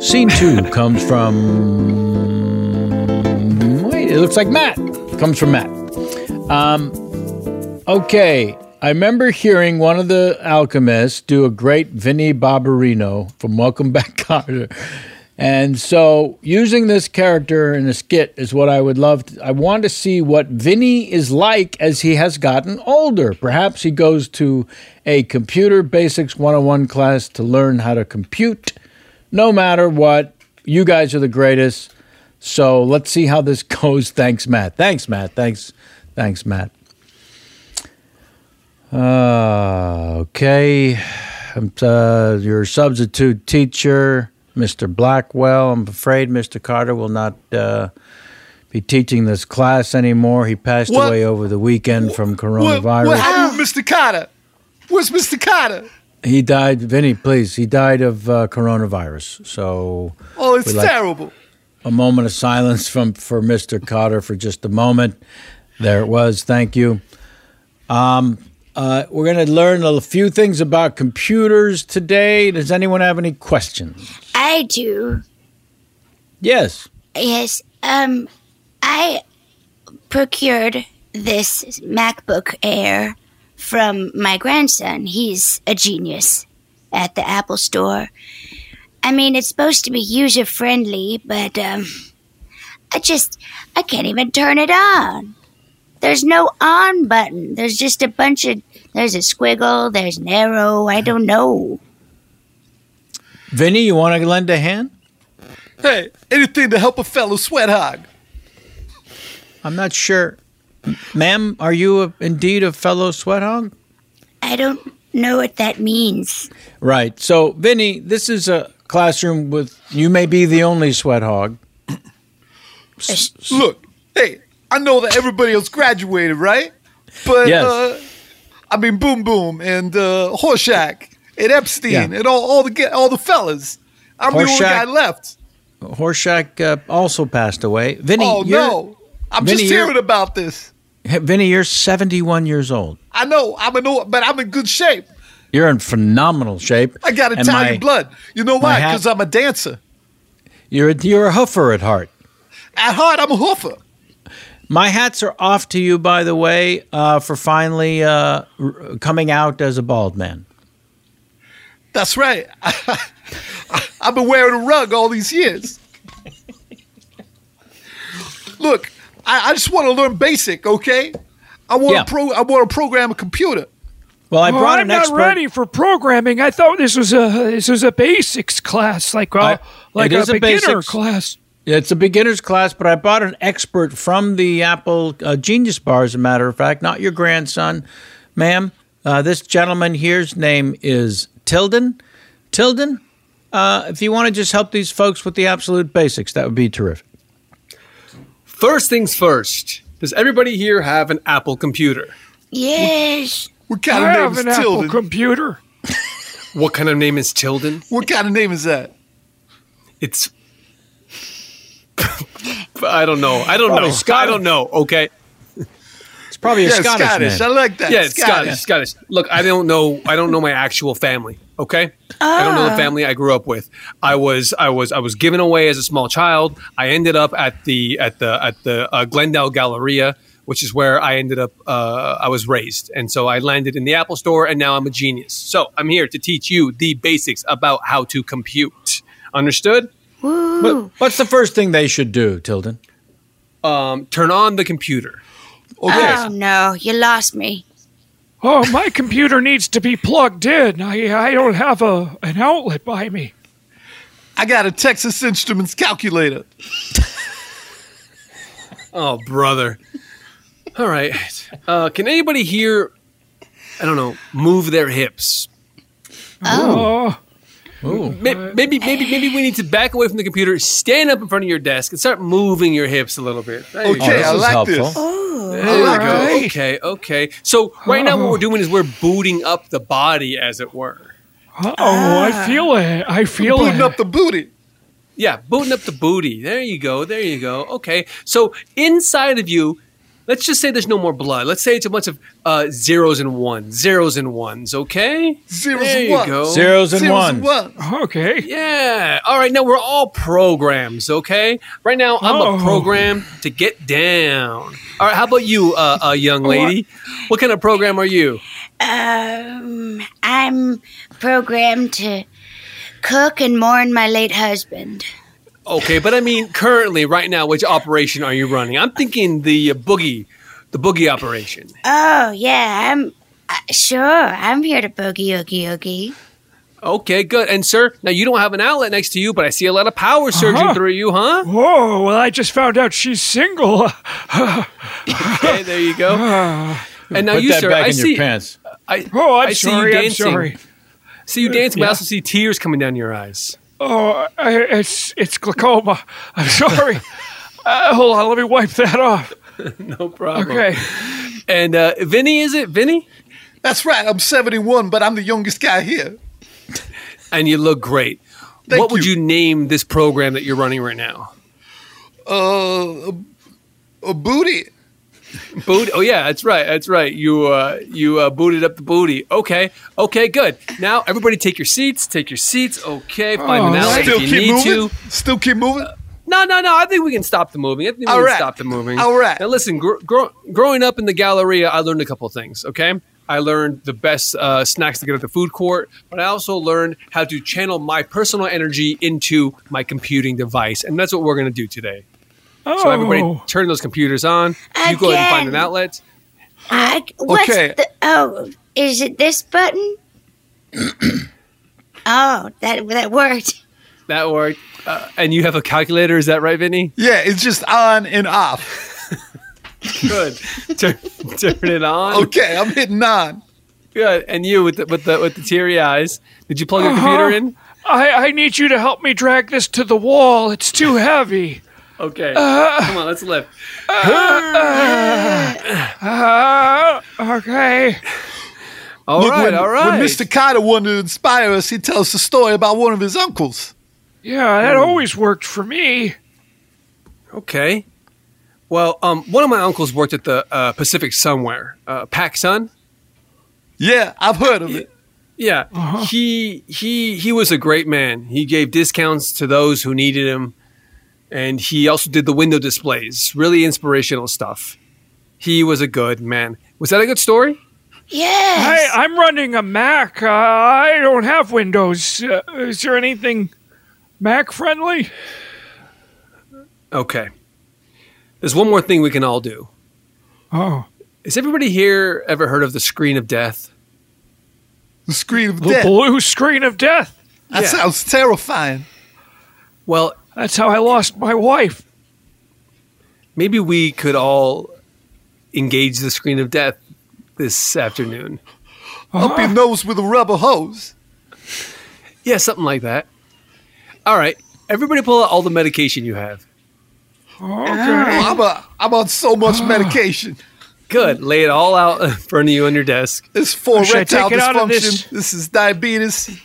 [SPEAKER 1] Scene two comes from. Wait, it looks like Matt. Comes from Matt. Um, okay, I remember hearing one of the alchemists do a great Vinnie Barbarino from Welcome Back, Carter. And so, using this character in a skit is what I would love. To, I want to see what Vinny is like as he has gotten older. Perhaps he goes to a computer basics 101 class to learn how to compute. No matter what, you guys are the greatest. So, let's see how this goes. Thanks, Matt. Thanks, Matt. Thanks. Thanks, Matt. Uh, Ah, okay. uh, your substitute teacher, Mr. Blackwell. I'm afraid Mr. Carter will not uh, be teaching this class anymore. He passed
[SPEAKER 10] What?
[SPEAKER 1] away over the weekend from
[SPEAKER 10] What,
[SPEAKER 1] coronavirus.
[SPEAKER 10] what happened, Mr. Carter? Where's Mr. Carter?
[SPEAKER 1] He died, Vinny. Please, he died of uh, coronavirus. So,
[SPEAKER 10] Oh, it's
[SPEAKER 1] we'd like
[SPEAKER 10] terrible.
[SPEAKER 1] A moment of silence from for Mr. Cotter for just a moment. There it was. Thank you. Um, uh, we're going to learn a few things about computers today. Does anyone have any questions?
[SPEAKER 11] I do.
[SPEAKER 1] Yes.
[SPEAKER 11] Yes. Um, I procured this MacBook Air from my grandson. He's a genius at the Apple Store. I mean, it's supposed to be user friendly, but um, I just I can't even turn it on. There's no on button. There's just a bunch of there's a squiggle. There's an arrow. I don't know.
[SPEAKER 1] Vinny, you want to lend a hand?
[SPEAKER 10] Hey, anything to help a fellow sweat hog.
[SPEAKER 1] I'm not sure. M- Ma'am, are you a, indeed a fellow sweat hog?
[SPEAKER 11] I don't know what that means.
[SPEAKER 1] Right. So, Vinny, this is a classroom with you may be the only sweat hog.
[SPEAKER 10] Look, hey, I know that everybody else graduated, right? But
[SPEAKER 1] Yes.
[SPEAKER 10] uh, I mean, Boom Boom and uh, Horshack and Epstein
[SPEAKER 1] Yeah.
[SPEAKER 10] and all, all the ge- all the fellas. I'm the only
[SPEAKER 1] Horshack-
[SPEAKER 10] guy left.
[SPEAKER 1] Horshack uh, also passed away. Vinny,
[SPEAKER 10] oh
[SPEAKER 1] you're-
[SPEAKER 10] no, I'm
[SPEAKER 1] Vinny,
[SPEAKER 10] just
[SPEAKER 1] you're-
[SPEAKER 10] hearing about this.
[SPEAKER 1] Hey, Vinny, you're 71 years old.
[SPEAKER 10] I know I'm an old, but I'm in good shape.
[SPEAKER 1] You're in phenomenal shape.
[SPEAKER 10] I got
[SPEAKER 1] And
[SPEAKER 10] Italian
[SPEAKER 1] my-
[SPEAKER 10] blood. You know
[SPEAKER 1] my
[SPEAKER 10] why?
[SPEAKER 1] hat-
[SPEAKER 10] Because I'm a dancer.
[SPEAKER 1] You're a, you're a hoofer at heart.
[SPEAKER 10] At heart, I'm a hoofer.
[SPEAKER 1] My hats are off to you, by the way, uh, for finally uh, r- coming out as a bald man.
[SPEAKER 10] That's right. I've been wearing a rug all these years. Look, I, I just want to learn basic, okay? I want
[SPEAKER 1] Yeah.
[SPEAKER 10] to pro. I want to program a computer.
[SPEAKER 1] Well,
[SPEAKER 10] I brought
[SPEAKER 7] I'm
[SPEAKER 10] an
[SPEAKER 7] not
[SPEAKER 10] expert-
[SPEAKER 7] ready for programming. I thought this was a this was a basics class, like uh,
[SPEAKER 1] I-
[SPEAKER 7] like
[SPEAKER 1] it
[SPEAKER 7] a
[SPEAKER 1] is a
[SPEAKER 7] beginner
[SPEAKER 1] basics.
[SPEAKER 7] class.
[SPEAKER 1] It's a beginner's class, but I brought an expert from the Apple uh, Genius Bar, as a matter of fact, not your grandson, ma'am. Uh, this gentleman here's name is Tilden. Tilden, uh, if you want to just help these folks with the absolute basics, that would be terrific.
[SPEAKER 5] First things first. Does everybody here have an Apple computer?
[SPEAKER 11] Yes.
[SPEAKER 10] What
[SPEAKER 5] kind of
[SPEAKER 7] I
[SPEAKER 5] name
[SPEAKER 7] have
[SPEAKER 5] is
[SPEAKER 7] an Apple
[SPEAKER 5] Tilden?
[SPEAKER 7] computer.
[SPEAKER 5] What kind of name is Tilden?
[SPEAKER 10] What kind of name is that?
[SPEAKER 5] It's. I don't know. I don't know.
[SPEAKER 10] Probably
[SPEAKER 5] I don't know. Okay. It's
[SPEAKER 1] probably
[SPEAKER 10] a Yeah, Scottish Scottish. name. I like that.
[SPEAKER 5] Yeah, it's Scottish.
[SPEAKER 10] Scottish.
[SPEAKER 5] Scottish. Look, I don't know. I don't know my actual family. Okay. I don't know
[SPEAKER 10] Ah.
[SPEAKER 5] the family I grew up with. I was. I was. I was given away as a small child. I ended up at the at the at the uh, Glendale Galleria, which is where I ended up. Uh, I was raised, and so I landed in the Apple Store, and now I'm a genius. So I'm here to teach you the basics about how to compute. Understood?
[SPEAKER 1] What, what's the first thing they should do, Tilden?
[SPEAKER 5] Um, turn on the computer.
[SPEAKER 11] Oh no, you lost me.
[SPEAKER 7] Oh, my computer needs to be plugged in. I I don't have a an outlet by me.
[SPEAKER 10] I got a Texas Instruments calculator.
[SPEAKER 5] Oh, brother. All right. Uh, can anybody here, I don't know, move their hips?
[SPEAKER 7] Oh.
[SPEAKER 5] May- Maybe, maybe, maybe we need to back away from the computer, stand up in front of your desk, and start moving your hips a little bit. There you
[SPEAKER 10] Okay, Oh, this I is like this. helpful.
[SPEAKER 5] Oh,
[SPEAKER 10] I
[SPEAKER 5] there
[SPEAKER 10] like
[SPEAKER 5] you
[SPEAKER 10] that.
[SPEAKER 5] go. Okay, okay. So right now, what we're doing is we're booting up the body, as it were.
[SPEAKER 7] Oh,
[SPEAKER 1] Ah.
[SPEAKER 7] I feel it. I feel
[SPEAKER 5] Booting
[SPEAKER 7] it.
[SPEAKER 5] up
[SPEAKER 10] the booty.
[SPEAKER 5] Yeah, booting up the booty. There you go. There you go. Okay. So inside of you, let's just say there's no more blood. Let's say it's a bunch of uh, zeros and ones, zeros and ones. Okay.
[SPEAKER 10] Zeros
[SPEAKER 5] there
[SPEAKER 10] and
[SPEAKER 5] you
[SPEAKER 10] ones.
[SPEAKER 5] Go.
[SPEAKER 1] Zeros and Zeros and
[SPEAKER 10] ones.
[SPEAKER 7] Okay.
[SPEAKER 5] Yeah. All right. Now we're all programs. Okay. Right now I'm
[SPEAKER 7] Oh.
[SPEAKER 5] a program to get down. All right. How about you, uh, uh, young lady? What kind of program are you?
[SPEAKER 11] Um, I'm programmed to cook and mourn my late husband.
[SPEAKER 5] Okay, but I mean, currently, right now, which operation are you running? I'm thinking the uh, boogie, the boogie operation.
[SPEAKER 11] Oh yeah, I'm uh, sure. I'm here to boogie oogie oogie.
[SPEAKER 5] Okay, good. And sir, now you don't have an outlet next to you, but I see a lot of power surging
[SPEAKER 7] Uh-huh.
[SPEAKER 5] through you, huh?
[SPEAKER 7] Whoa! Oh, Well, I just found out she's single. Ah.
[SPEAKER 5] Okay, there you go. and now
[SPEAKER 7] Put
[SPEAKER 5] you,
[SPEAKER 7] that
[SPEAKER 5] sir,
[SPEAKER 7] back
[SPEAKER 5] I
[SPEAKER 7] in your
[SPEAKER 5] see.
[SPEAKER 7] pants.
[SPEAKER 5] I,
[SPEAKER 7] oh, I'm
[SPEAKER 5] I see you
[SPEAKER 7] sorry. I'm
[SPEAKER 5] dancing.
[SPEAKER 7] sorry.
[SPEAKER 5] see you dancing, but I
[SPEAKER 7] Yeah.
[SPEAKER 5] also see tears coming down your eyes.
[SPEAKER 7] Oh, I, it's it's glaucoma. I'm sorry. uh, hold on, let me wipe that off.
[SPEAKER 5] no problem.
[SPEAKER 7] Okay.
[SPEAKER 5] And uh, Vinny, is it Vinny?
[SPEAKER 10] That's right. I'm 71, but I'm the youngest guy here.
[SPEAKER 5] And you look great.
[SPEAKER 10] Thank
[SPEAKER 5] what would you name this program that you're running right now?
[SPEAKER 10] Uh, a booty.
[SPEAKER 5] Boot. Oh yeah, that's right. That's right. You uh, you uh, booted up the booty. Okay. Okay. Good. Now everybody, take your seats. Take your seats. Okay. Find
[SPEAKER 7] Oh,
[SPEAKER 5] an outlet
[SPEAKER 10] Oh, Still
[SPEAKER 5] if
[SPEAKER 10] keep
[SPEAKER 5] you need
[SPEAKER 10] moving.
[SPEAKER 5] to.
[SPEAKER 10] Still keep moving.
[SPEAKER 5] No, no, no. I think we can stop the moving. I think we
[SPEAKER 10] All
[SPEAKER 5] can
[SPEAKER 10] right.
[SPEAKER 5] stop the moving.
[SPEAKER 10] All right.
[SPEAKER 5] Now listen, gr- grow growing up in the Galleria, I learned a couple things. Okay. I learned the best uh, snacks to get at the food court, but I also learned how to channel my personal energy into my computing device, and that's what we're going to do today. So everybody,
[SPEAKER 11] Oh.
[SPEAKER 5] turn those computers on. You go ahead and find an
[SPEAKER 11] Again.
[SPEAKER 5] outlet.
[SPEAKER 11] I, what's
[SPEAKER 5] Okay.
[SPEAKER 11] the, oh, is it this button? oh, that that worked.
[SPEAKER 5] That worked. Uh, and you have a calculator, is that right, Vinny?
[SPEAKER 10] Yeah, it's just on and off.
[SPEAKER 5] Good. turn, turn it on.
[SPEAKER 10] Okay, I'm hitting on.
[SPEAKER 5] Good. And you with the, with the with the teary eyes. Did you plug your computer in?
[SPEAKER 7] I, Uh-huh. I need you to help me drag this to the wall. It's too heavy.
[SPEAKER 5] Okay.
[SPEAKER 7] Uh,
[SPEAKER 5] Come on, let's lift.
[SPEAKER 7] Uh, okay.
[SPEAKER 5] All right,
[SPEAKER 10] when,
[SPEAKER 5] all right.
[SPEAKER 10] When Mr. Carter wanted to inspire us, he tells the story about one of his uncles.
[SPEAKER 7] Yeah, that always worked for me.
[SPEAKER 5] Okay. Well, um, one of my uncles worked at the uh, Pacific somewhere, uh, Pac Sun.
[SPEAKER 10] Yeah, I've heard of
[SPEAKER 5] it. Yeah,
[SPEAKER 7] Uh-huh.
[SPEAKER 5] he he he was a great man. He gave discounts to those who needed him, and he also did the window displays. Really inspirational stuff. He was a good man. Was that a good story?
[SPEAKER 7] Yes. I, I'm running a Mac. Uh, I don't have Windows. Uh, is there anything Mac friendly?
[SPEAKER 5] Okay. There's one more thing we can all do.
[SPEAKER 7] Oh.
[SPEAKER 5] Has everybody here ever heard of the screen of death?
[SPEAKER 10] The screen of
[SPEAKER 7] The death? blue screen of death.
[SPEAKER 10] That sounds terrifying.
[SPEAKER 5] Well,
[SPEAKER 7] that's how I lost my wife.
[SPEAKER 5] Maybe we could all engage the screen of death this afternoon.
[SPEAKER 10] Up
[SPEAKER 7] Uh-huh.
[SPEAKER 10] your nose with a rubber hose.
[SPEAKER 5] Yeah, something like that. All right. Everybody pull out all the medication you have.
[SPEAKER 10] Oh, I'm, a, I'm on so
[SPEAKER 7] Ah.
[SPEAKER 10] much medication.
[SPEAKER 5] Good. Lay it all out in front of you on your desk.
[SPEAKER 10] It's for
[SPEAKER 7] Should I
[SPEAKER 10] erectile
[SPEAKER 7] take it out
[SPEAKER 10] dysfunction.
[SPEAKER 7] of this?
[SPEAKER 10] This? is diabetes.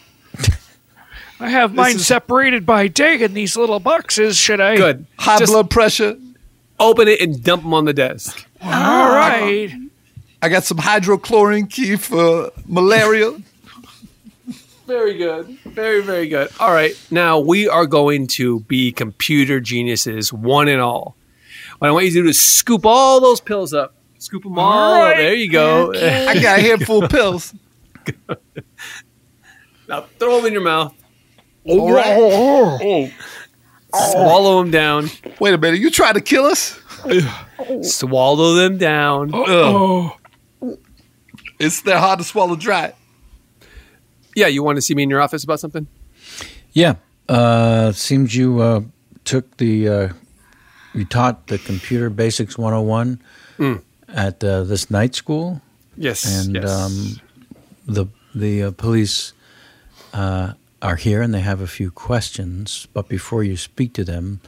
[SPEAKER 7] I have
[SPEAKER 10] This
[SPEAKER 7] mine
[SPEAKER 10] is-
[SPEAKER 7] separated by day in these little boxes. Should I?
[SPEAKER 5] Good.
[SPEAKER 10] High blood pressure.
[SPEAKER 5] Open it and dump them on the desk.
[SPEAKER 7] All right.
[SPEAKER 10] I got some hydrochlorine key for malaria.
[SPEAKER 5] Very good. Very, very good. All right. Now we are going to be computer geniuses, one and all. What I want you to do is scoop all those pills up. Scoop them all.
[SPEAKER 10] All right.
[SPEAKER 5] There you go.
[SPEAKER 10] Okay. I got a handful of pills.
[SPEAKER 5] now throw them in your mouth. Oh,
[SPEAKER 10] All right.
[SPEAKER 7] Oh.
[SPEAKER 5] Swallow them down.
[SPEAKER 10] Wait a minute. You trying to kill us?
[SPEAKER 5] Swallow them down.
[SPEAKER 10] Oh. It's they're hard to swallow dry.
[SPEAKER 5] Yeah, you want to see me in your office about something?
[SPEAKER 1] Yeah. Uh, seems you uh, took the, uh, you taught the Computer Basics 101
[SPEAKER 5] Mm.
[SPEAKER 1] at uh, this night school.
[SPEAKER 5] Yes,
[SPEAKER 1] And
[SPEAKER 5] yes.
[SPEAKER 1] Um, the, the uh, police uh, are here and they have a few questions. But before you speak to them,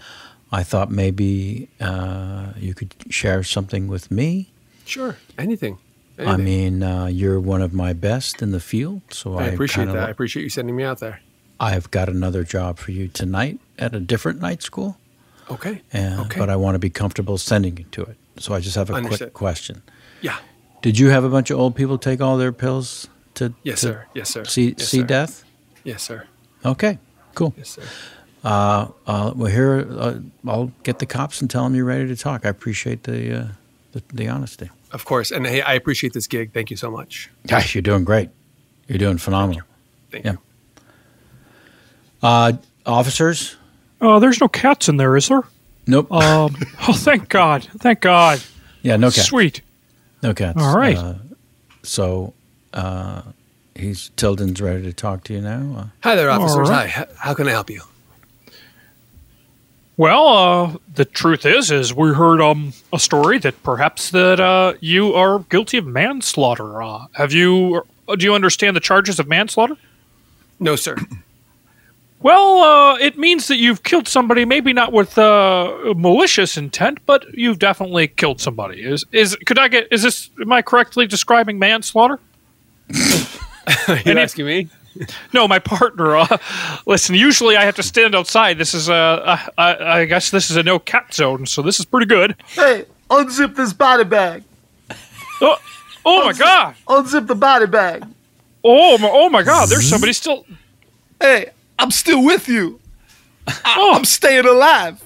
[SPEAKER 1] I thought maybe uh, you could share something with me.
[SPEAKER 5] Sure. Anything.
[SPEAKER 1] I
[SPEAKER 5] Anything.
[SPEAKER 1] mean, uh, you're one of my best in the field, so
[SPEAKER 5] I
[SPEAKER 1] Oh, I
[SPEAKER 5] appreciate
[SPEAKER 1] kinda
[SPEAKER 5] that. I
[SPEAKER 1] lo-
[SPEAKER 5] appreciate you sending me out there.
[SPEAKER 1] I've got another job for you tonight at a different night school,
[SPEAKER 5] Okay.
[SPEAKER 1] and,
[SPEAKER 5] okay.
[SPEAKER 1] but I want to be comfortable sending you to it. So I just have a
[SPEAKER 5] Understood.
[SPEAKER 1] quick question.
[SPEAKER 5] Yeah.
[SPEAKER 1] Did you have a bunch of old people take all their pills to
[SPEAKER 5] Yes,
[SPEAKER 1] to
[SPEAKER 5] sir. Yes, sir.
[SPEAKER 1] See
[SPEAKER 5] Yes,
[SPEAKER 1] see
[SPEAKER 5] sir.
[SPEAKER 1] death?
[SPEAKER 5] Yes, sir.
[SPEAKER 1] Okay, cool.
[SPEAKER 5] Yes, sir.
[SPEAKER 1] Uh, uh, well, here uh, I'll get the cops and tell them you're ready to talk. I appreciate the uh, the, the honesty.
[SPEAKER 5] Of course. And hey, I appreciate this gig. Thank you so much.
[SPEAKER 1] Gosh, you're doing great. You're doing phenomenal.
[SPEAKER 5] Thank
[SPEAKER 1] yeah. Uh, officers,
[SPEAKER 7] Oh, there's no cats in there, is there?
[SPEAKER 1] Nope.
[SPEAKER 7] Um, oh, thank God. Thank God.
[SPEAKER 1] Yeah, no cats.
[SPEAKER 7] Sweet.
[SPEAKER 1] no cats.
[SPEAKER 7] All right.
[SPEAKER 1] Uh, so uh, he's Tilden's ready to talk to you now. Uh,
[SPEAKER 5] Hi there,
[SPEAKER 7] All
[SPEAKER 5] officers.
[SPEAKER 7] right.
[SPEAKER 5] Hi. H- How can I help you?
[SPEAKER 7] Well, uh, the truth is, is we heard um a story that perhaps that uh, you uh, are guilty of manslaughter. Uh, have you? Do you understand the charges of manslaughter?
[SPEAKER 5] No, sir.
[SPEAKER 7] Well, uh, it means that you've killed somebody. Maybe not with uh, malicious intent, but you've definitely killed somebody. Is is could I get? Is this? Am I correctly describing manslaughter?
[SPEAKER 5] You're asking me?
[SPEAKER 7] No, my partner. Uh, listen, usually I have to stand outside. This is a. Uh, I, I guess this is a no cap zone, so this is pretty good.
[SPEAKER 10] Hey, unzip this body bag.
[SPEAKER 7] Oh, oh my god!
[SPEAKER 10] Unzip the body bag.
[SPEAKER 7] Oh my! Oh my god! There's somebody still.
[SPEAKER 10] Hey, I'm still with you. I, I'm staying alive.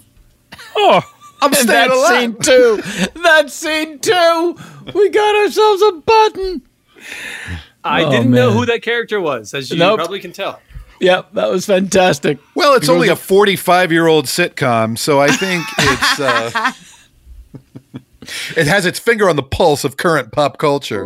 [SPEAKER 7] Oh,
[SPEAKER 10] I'm staying
[SPEAKER 8] that
[SPEAKER 10] alive.
[SPEAKER 8] scene too. That scene too. We got ourselves a button.
[SPEAKER 5] I
[SPEAKER 8] Oh,
[SPEAKER 5] didn't know
[SPEAKER 8] man.
[SPEAKER 5] who that character was, as you
[SPEAKER 8] Nope.
[SPEAKER 5] probably can tell.
[SPEAKER 8] Yep, that was fantastic.
[SPEAKER 6] Well, it's
[SPEAKER 8] Because
[SPEAKER 6] only a
[SPEAKER 8] of-
[SPEAKER 6] 45 year old sitcom, so I think it's uh, it has its finger on the pulse of current pop culture.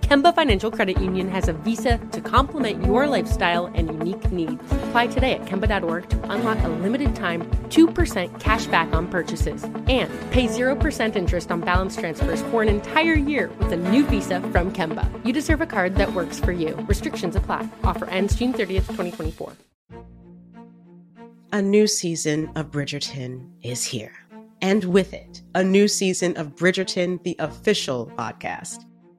[SPEAKER 12] Kemba Financial Credit Union has a visa to complement your lifestyle and unique needs. Apply today at Kemba.org to unlock a limited time 2% cash back on purchases and pay 0% interest on balance transfers for an entire year with a new visa from Kemba. You deserve a card that works for you. Restrictions apply. Offer ends June 30th, 2024.
[SPEAKER 13] A new season of Bridgerton is here. And with it, a new season of Bridgerton, the official podcast.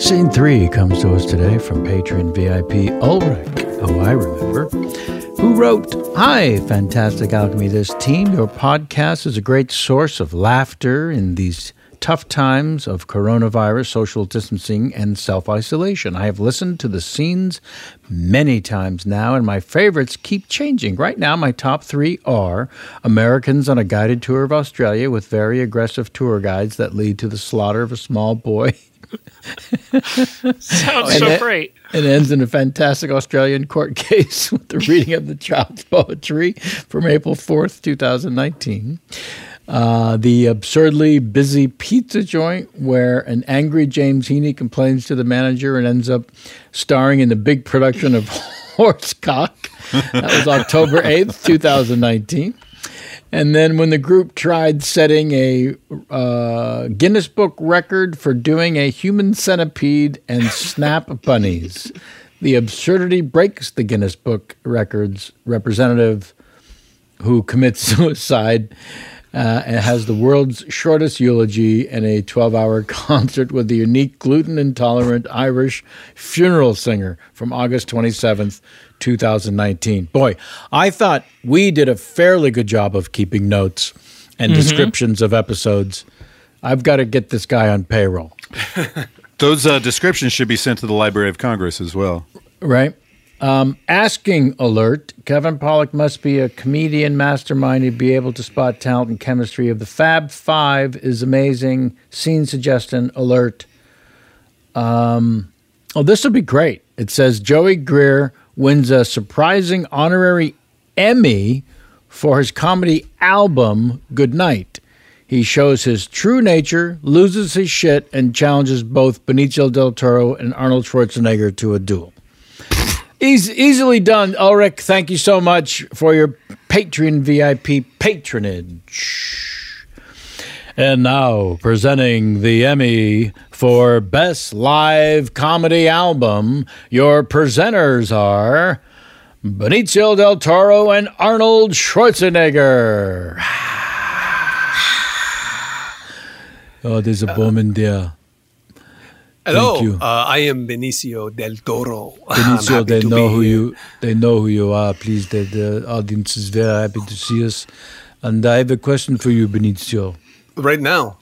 [SPEAKER 1] Scene three comes to us today from patron VIP Ulrich, who I remember, who wrote Hi, Fantastic Alchemy This team. Your podcast is a great source of laughter in these tough times of coronavirus, social distancing, and self isolation. I have listened to the scenes many times now, and my favorites keep changing. Right now, my top three are Americans on a guided tour of Australia with very aggressive tour guides that lead to the slaughter of a small boy.
[SPEAKER 14] Sounds
[SPEAKER 1] And
[SPEAKER 14] so
[SPEAKER 1] it-
[SPEAKER 14] great.
[SPEAKER 1] It ends in a fantastic Australian court case with the reading of the child's poetry from April 4th, 2019. Uh, the absurdly busy pizza joint where an angry James Heaney complains to the manager and ends up starring in the big production of Horsecock. That was October 8th, 2019. And then when the group tried setting a uh, Guinness Book record for doing a human centipede and snap bunnies, the absurdity breaks the Guinness Book records representative who commits suicide uh, and has the world's shortest eulogy and a 12 hour concert with the unique gluten intolerant Irish funeral singer from August 27th, 2019. Boy, I thought we did a fairly good job of keeping notes and
[SPEAKER 15] Mhm.
[SPEAKER 1] descriptions of episodes. I've got to get this guy on payroll,
[SPEAKER 16] Those uh, descriptions should be sent to the Library of Congress as well.
[SPEAKER 1] right? Um, asking alert Kevin Pollock must be a comedian mastermind to be able to spot talent and chemistry of the Fab Five is amazing. Scene suggestion alert. Um, oh, this would be great. It says Joey Greer wins a surprising honorary Emmy for his comedy album, Goodnight. He shows his true nature, loses his shit, and challenges both Benicio del Toro and Arnold Schwarzenegger to a duel. Eas- easily done, Ulrich. Thank you so much for your Patreon VIP patronage. And now, presenting the Emmy for Best Live Comedy Album, your presenters are Benicio del Toro and Arnold Schwarzenegger. Oh, there's a woman there.
[SPEAKER 5] Hello,
[SPEAKER 1] Thank you.
[SPEAKER 5] Uh, I am Benicio del Toro. I'm
[SPEAKER 1] Benicio,
[SPEAKER 5] happy
[SPEAKER 1] they
[SPEAKER 5] to
[SPEAKER 1] know
[SPEAKER 5] be
[SPEAKER 1] who
[SPEAKER 5] here.
[SPEAKER 1] you they know who you are. Please, the, the audience is very happy to see us. And I have a question for you, Benicio.
[SPEAKER 5] right now.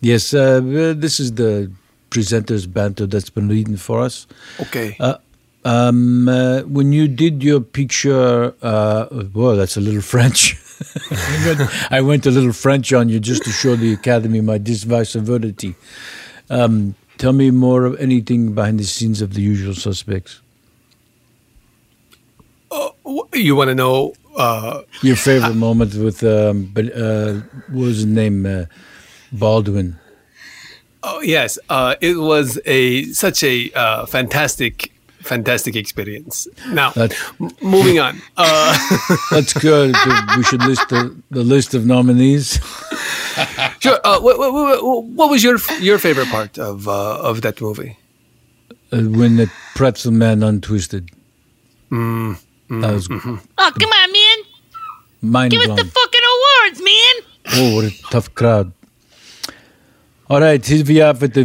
[SPEAKER 1] Yes, uh, well, this is the presenter's banter that's been reading for us.
[SPEAKER 5] Okay.
[SPEAKER 1] Uh, um, uh, when you did your picture, uh, whoa, that's a little French. I, went, I went a little French on you just to show the Academy my disvisaverity. Um, tell me more of anything behind the scenes of the usual suspects.
[SPEAKER 5] Wh- You want to know? Uh,
[SPEAKER 1] Your favorite moment with, um, but uh, what was his name? Uh, Baldwin.
[SPEAKER 5] oh yes, uh, it was a such a uh, fantastic, fantastic experience. Now,
[SPEAKER 1] That's-
[SPEAKER 5] m- moving on. Uh,
[SPEAKER 1] That's good. we should list the, the list of nominees.
[SPEAKER 5] sure. Uh, what, what, what was your your favorite part of uh, of that movie?
[SPEAKER 1] Uh, when the pretzel man untwisted.
[SPEAKER 5] Mm,
[SPEAKER 1] that was
[SPEAKER 17] Oh, come on, man.
[SPEAKER 1] mind
[SPEAKER 17] Give us
[SPEAKER 1] blown.
[SPEAKER 17] the fucking awards, man.
[SPEAKER 1] oh, what a tough crowd. All right, here we are with the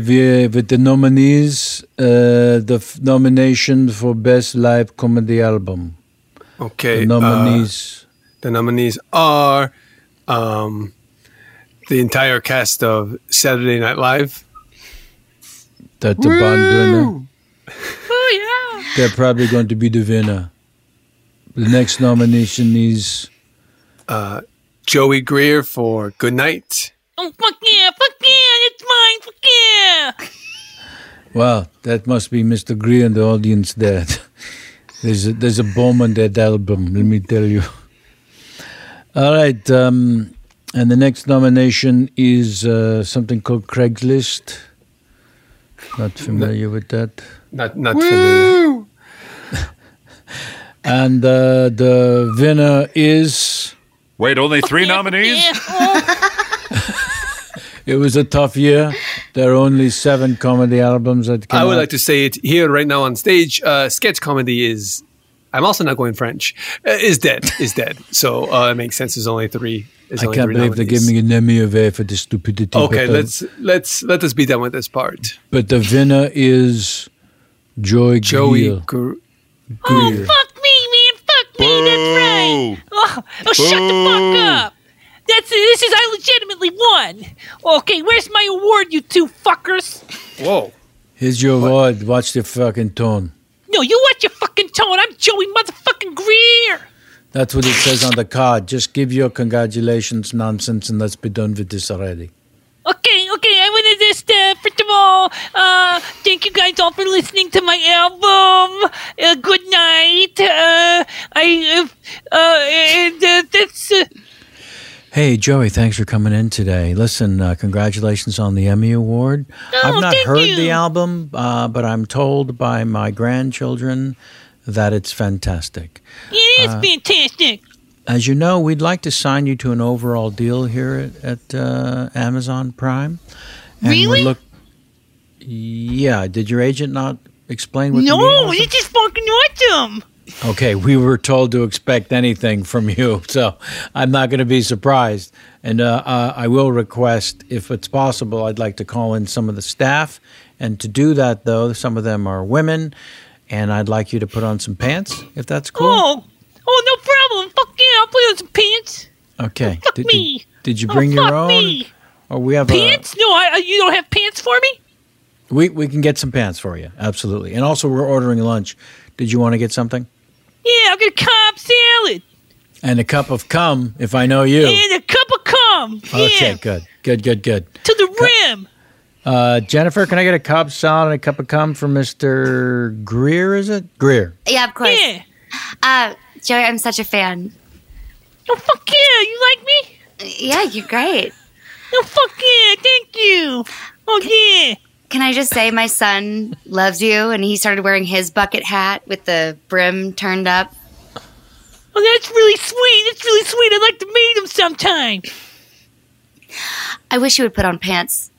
[SPEAKER 1] with the nominees. Uh, the f- nomination for best live comedy album. The
[SPEAKER 5] Okay.
[SPEAKER 1] nominees.
[SPEAKER 5] uh, the nominees are um, the entire cast of Saturday Night Live. uh,
[SPEAKER 1] That's the band winner.
[SPEAKER 17] Oh, yeah.
[SPEAKER 1] They're probably going to be the winner. The next nomination is
[SPEAKER 5] Uh, Joey Greer for Goodnight.
[SPEAKER 17] Oh, fuck yeah. Fuck yeah. It's mine. Fuck yeah.
[SPEAKER 1] wow. That must be Mr. Greer and the audience there. there's a, there's a bomb on that album. Let me tell you. All right. Um, and the next nomination is uh, something called Craigslist. Not familiar with that.
[SPEAKER 5] Not not familiar.
[SPEAKER 1] And uh, the winner is.
[SPEAKER 2] Wait, only three nominees?
[SPEAKER 1] It was a tough year. There are only seven comedy albums that came
[SPEAKER 5] I would
[SPEAKER 1] out.
[SPEAKER 5] like to say it here right now on stage. Uh, sketch comedy is I'm also not going French. Uh, is dead. Is dead. So uh, it makes sense. There's only three. There's
[SPEAKER 1] I
[SPEAKER 5] only
[SPEAKER 1] can't
[SPEAKER 5] three
[SPEAKER 1] believe they gave
[SPEAKER 5] nominees.
[SPEAKER 1] me an Emmy of A for the stupidity.
[SPEAKER 5] Okay,
[SPEAKER 1] but, uh,
[SPEAKER 5] let's let's let us be done with this part.
[SPEAKER 1] But the winner is Joy
[SPEAKER 5] Joey
[SPEAKER 1] Greer.
[SPEAKER 5] Gr-
[SPEAKER 1] Greer.
[SPEAKER 17] Oh, Fuck me, man. Fuck me. That's right. Oh, oh shut the fuck up. That's this is I legitimately won. Okay, where's my award, you two fuckers?
[SPEAKER 5] Whoa.
[SPEAKER 1] Here's your award. Watch the fucking tone.
[SPEAKER 17] No, you watch your fucking tone. I'm Joey motherfucking Greer.
[SPEAKER 1] That's what it says on the card. Just give your congratulations nonsense and let's be done with this already.
[SPEAKER 17] Okay, okay, I wanted this. Uh, first of all, uh, thank you guys all for listening to my album. Uh, good night. Uh, I uh, uh, and uh, that's. Uh,
[SPEAKER 1] Hey, Joey, thanks for coming in today. Listen, uh, congratulations on the Emmy Award. I've not
[SPEAKER 17] Oh, thank
[SPEAKER 1] heard the
[SPEAKER 17] you.
[SPEAKER 1] album, uh, but I'm told by my grandchildren that it's fantastic.
[SPEAKER 17] It is
[SPEAKER 1] Uh,
[SPEAKER 17] fantastic.
[SPEAKER 1] As you know, we'd like to sign you to an overall deal here at, at uh, Amazon Prime. And we're
[SPEAKER 17] Really?
[SPEAKER 1] Look- yeah. Did your agent not explain what the meeting
[SPEAKER 17] No,
[SPEAKER 1] was?
[SPEAKER 17] it is fucking awesome.
[SPEAKER 1] Okay, we were told to expect anything from you, so I'm not going to be surprised. And uh, uh, I will request, if it's possible, I'd like to call in some of the staff. And to do that, though, some of them are women, and I'd like you to put on some pants, if that's cool.
[SPEAKER 17] Oh, oh, no problem. Fuck yeah, I'll put on some pants.
[SPEAKER 1] okay.
[SPEAKER 17] fuck
[SPEAKER 1] did,
[SPEAKER 17] me.
[SPEAKER 1] Did, did you
[SPEAKER 17] Oh,
[SPEAKER 1] bring
[SPEAKER 17] fuck
[SPEAKER 1] your own?
[SPEAKER 17] me.
[SPEAKER 1] Or we have uh,
[SPEAKER 17] Pants? No, I, I- you don't have pants for me.
[SPEAKER 1] A, we we can get some pants for you, absolutely. And also, we're ordering lunch. Did you want to get something?
[SPEAKER 17] Yeah, I'll get a cob salad
[SPEAKER 1] And a cup of cum, if I know you.
[SPEAKER 17] and a cup of cum.
[SPEAKER 1] Okay,
[SPEAKER 17] Yeah,
[SPEAKER 1] good, good, good, good.
[SPEAKER 17] to the rim.
[SPEAKER 1] Uh, Jennifer, can I get a cob salad and a cup of cum for Mr. Greer? Is it Greer?
[SPEAKER 11] Yeah, of course. Uh, Joey, I'm such a fan.
[SPEAKER 17] Oh fuck yeah, you like me?
[SPEAKER 11] Yeah, you're great.
[SPEAKER 17] Oh fuck yeah, thank you. Oh yeah.
[SPEAKER 11] Can I just say my son loves you and he started wearing his bucket hat with the brim turned up?
[SPEAKER 17] Oh, that's really sweet. That's really sweet. I'd like to meet him sometime.
[SPEAKER 11] I wish you would put on pants.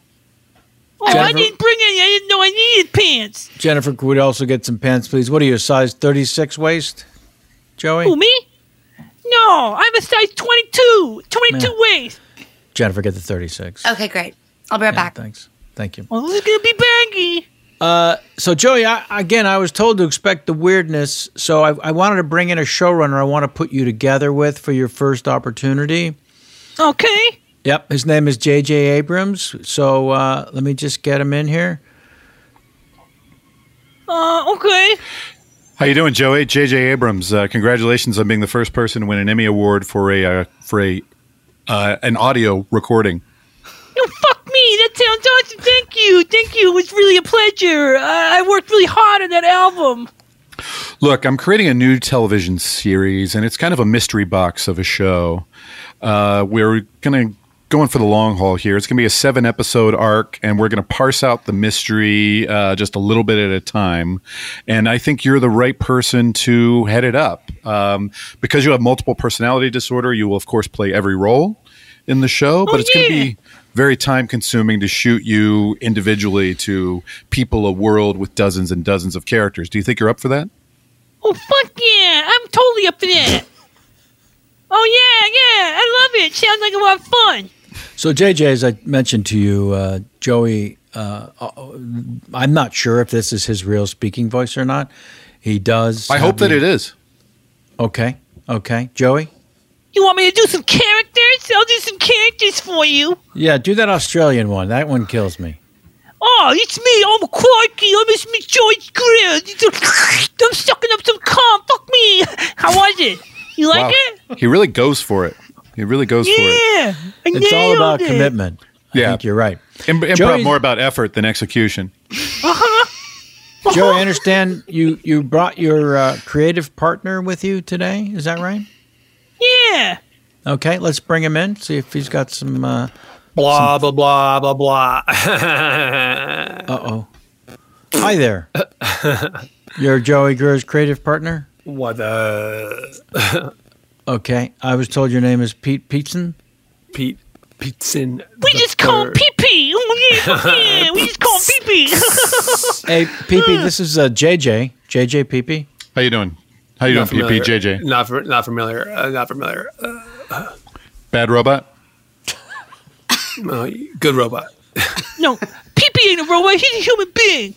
[SPEAKER 17] Oh, I
[SPEAKER 1] Jennifer-
[SPEAKER 17] didn't bring any. I didn't know I needed pants.
[SPEAKER 1] Jennifer, could we also get some pants, please? What are you, a size 36 waist, Joey?
[SPEAKER 17] Who, me? No, I'm a size 22. 22
[SPEAKER 1] Yeah.
[SPEAKER 17] waist.
[SPEAKER 1] Jennifer, get the 36.
[SPEAKER 11] Okay, great. I'll be right back.
[SPEAKER 1] Thanks. Thank you.
[SPEAKER 17] Oh, this is going to be baggy.
[SPEAKER 1] Uh, so, Joey, I, again, I was told to expect the weirdness, so I, I wanted to bring in a showrunner I want to put you together with for your first opportunity.
[SPEAKER 17] Okay.
[SPEAKER 1] Yep, his name is J.J. Abrams. So uh, let me just get him in here.
[SPEAKER 17] Uh, okay.
[SPEAKER 2] How you doing, Joey? J.J. Abrams. Uh, congratulations on being the first person to win an Emmy Award for a uh, for a uh, an audio recording.
[SPEAKER 17] No, fuck me. That sounds awesome. Thank you. Thank you. It was really a pleasure. I, I worked really hard on that album.
[SPEAKER 2] Look, I'm creating a new television series, and it's kind of a mystery box of a show. Uh, we're going to go in for the long haul here. It's going to be a seven episode arc, and we're going to parse out the mystery uh, just a little bit at a time. And I think you're the right person to head it up. Um, because you have multiple personality disorder, you will, of course, play every role in the show, but
[SPEAKER 17] Oh,
[SPEAKER 2] it's going to
[SPEAKER 17] yeah.
[SPEAKER 2] be very time consuming to shoot you individually to people a world with dozens and dozens of characters. Do you think you're up for that?
[SPEAKER 17] Oh, fuck yeah. I'm totally up for that. Oh, yeah, yeah. I love it. Sounds like a lot of fun.
[SPEAKER 1] So, JJ, as I mentioned to you, uh, Joey, uh, uh, I'm not sure if this is his real speaking voice or not. He does.
[SPEAKER 2] I
[SPEAKER 1] have
[SPEAKER 2] hope that
[SPEAKER 1] the-
[SPEAKER 2] it is.
[SPEAKER 1] Okay. Okay. Joey?
[SPEAKER 17] You want me to do some characters? I'll do some characters for you.
[SPEAKER 1] Yeah, do that Australian one. That one kills me.
[SPEAKER 17] Oh, it's me. I'm Quarky. I'm it's me, George Grill. I'm sucking up some cum. Fuck me. How was it? You like it?
[SPEAKER 2] He really goes for it. He really goes for it.
[SPEAKER 17] Yeah. I
[SPEAKER 2] It's all
[SPEAKER 17] nailed
[SPEAKER 2] about
[SPEAKER 17] it.
[SPEAKER 2] commitment. Yeah. I think
[SPEAKER 1] you're right.
[SPEAKER 2] Im- improv
[SPEAKER 1] Joey's-
[SPEAKER 2] more about effort than execution.
[SPEAKER 17] Uh-huh.
[SPEAKER 1] Joey, I understand you, you brought your uh, creative partner with you today. Is that right?
[SPEAKER 17] Yeah.
[SPEAKER 1] Okay, let's bring him in, see if he's got some. Uh,
[SPEAKER 5] Blah blah blah blah blah. uh
[SPEAKER 1] oh. Hi there. You're Joey Greer's creative partner?
[SPEAKER 5] What uh
[SPEAKER 1] Okay. I was told your name is Pete Peetson.
[SPEAKER 5] Pete Peetson.
[SPEAKER 17] We just call him Pee Pee. Oh, yeah. fuck yeah. We just call him Pee Pee.
[SPEAKER 1] Hey, Pee Pee, this is uh, JJ. JJ Pee Pee.
[SPEAKER 2] How you doing? How you
[SPEAKER 5] Not
[SPEAKER 2] doing,
[SPEAKER 5] familiar.
[SPEAKER 2] PPJJ?
[SPEAKER 5] Not fa- not familiar. Uh, not familiar. Uh,
[SPEAKER 2] Bad robot.
[SPEAKER 5] no, good robot.
[SPEAKER 17] No, PP ain't a robot. He's a human being.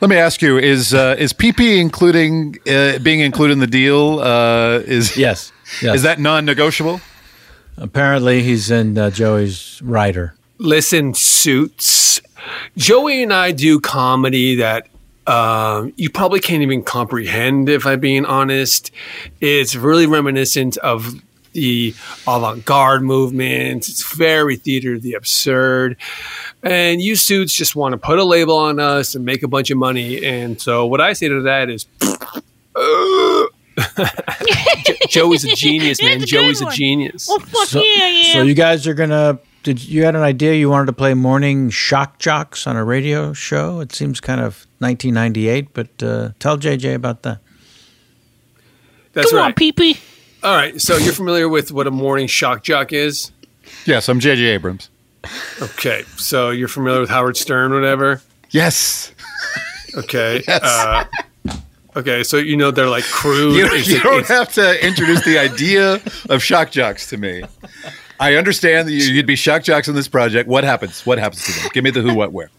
[SPEAKER 2] Let me ask you: Is uh, is PP including uh, being included in the deal? Uh, is
[SPEAKER 1] yes,
[SPEAKER 2] Is that non-negotiable?
[SPEAKER 1] Apparently, he's in uh, Joey's rider.
[SPEAKER 5] Listen, suits. Joey and I do comedy that um, you probably can't even comprehend. If I'm being honest, it's really reminiscent of the avant-garde movement. It's very theater of the absurd, and you suits just want to put a label on us and make a bunch of money. And so, what I say to that is. Joey's a genius, man. Joey's a genius.
[SPEAKER 17] Oh,
[SPEAKER 1] so, so you guys are gonna. Did you had an idea you wanted to play morning shock jocks on a radio show? It seems kind of 1998, but uh, tell JJ about that.
[SPEAKER 5] That's
[SPEAKER 17] Come
[SPEAKER 5] right.
[SPEAKER 17] on, PP.
[SPEAKER 5] All right, so you're familiar with what a morning shock jock is?
[SPEAKER 2] Yes, I'm JJ Abrams.
[SPEAKER 5] Okay, so you're familiar with Howard Stern, whatever.
[SPEAKER 2] Yes.
[SPEAKER 5] Okay. Uh, okay, so you know they're like crude.
[SPEAKER 2] You,
[SPEAKER 5] It's-
[SPEAKER 2] you don't
[SPEAKER 5] it's-
[SPEAKER 2] have to introduce the idea of shock jocks to me. I understand that you, you'd be shock jocks on this project. What happens? What happens to them? Give me the who, what, where.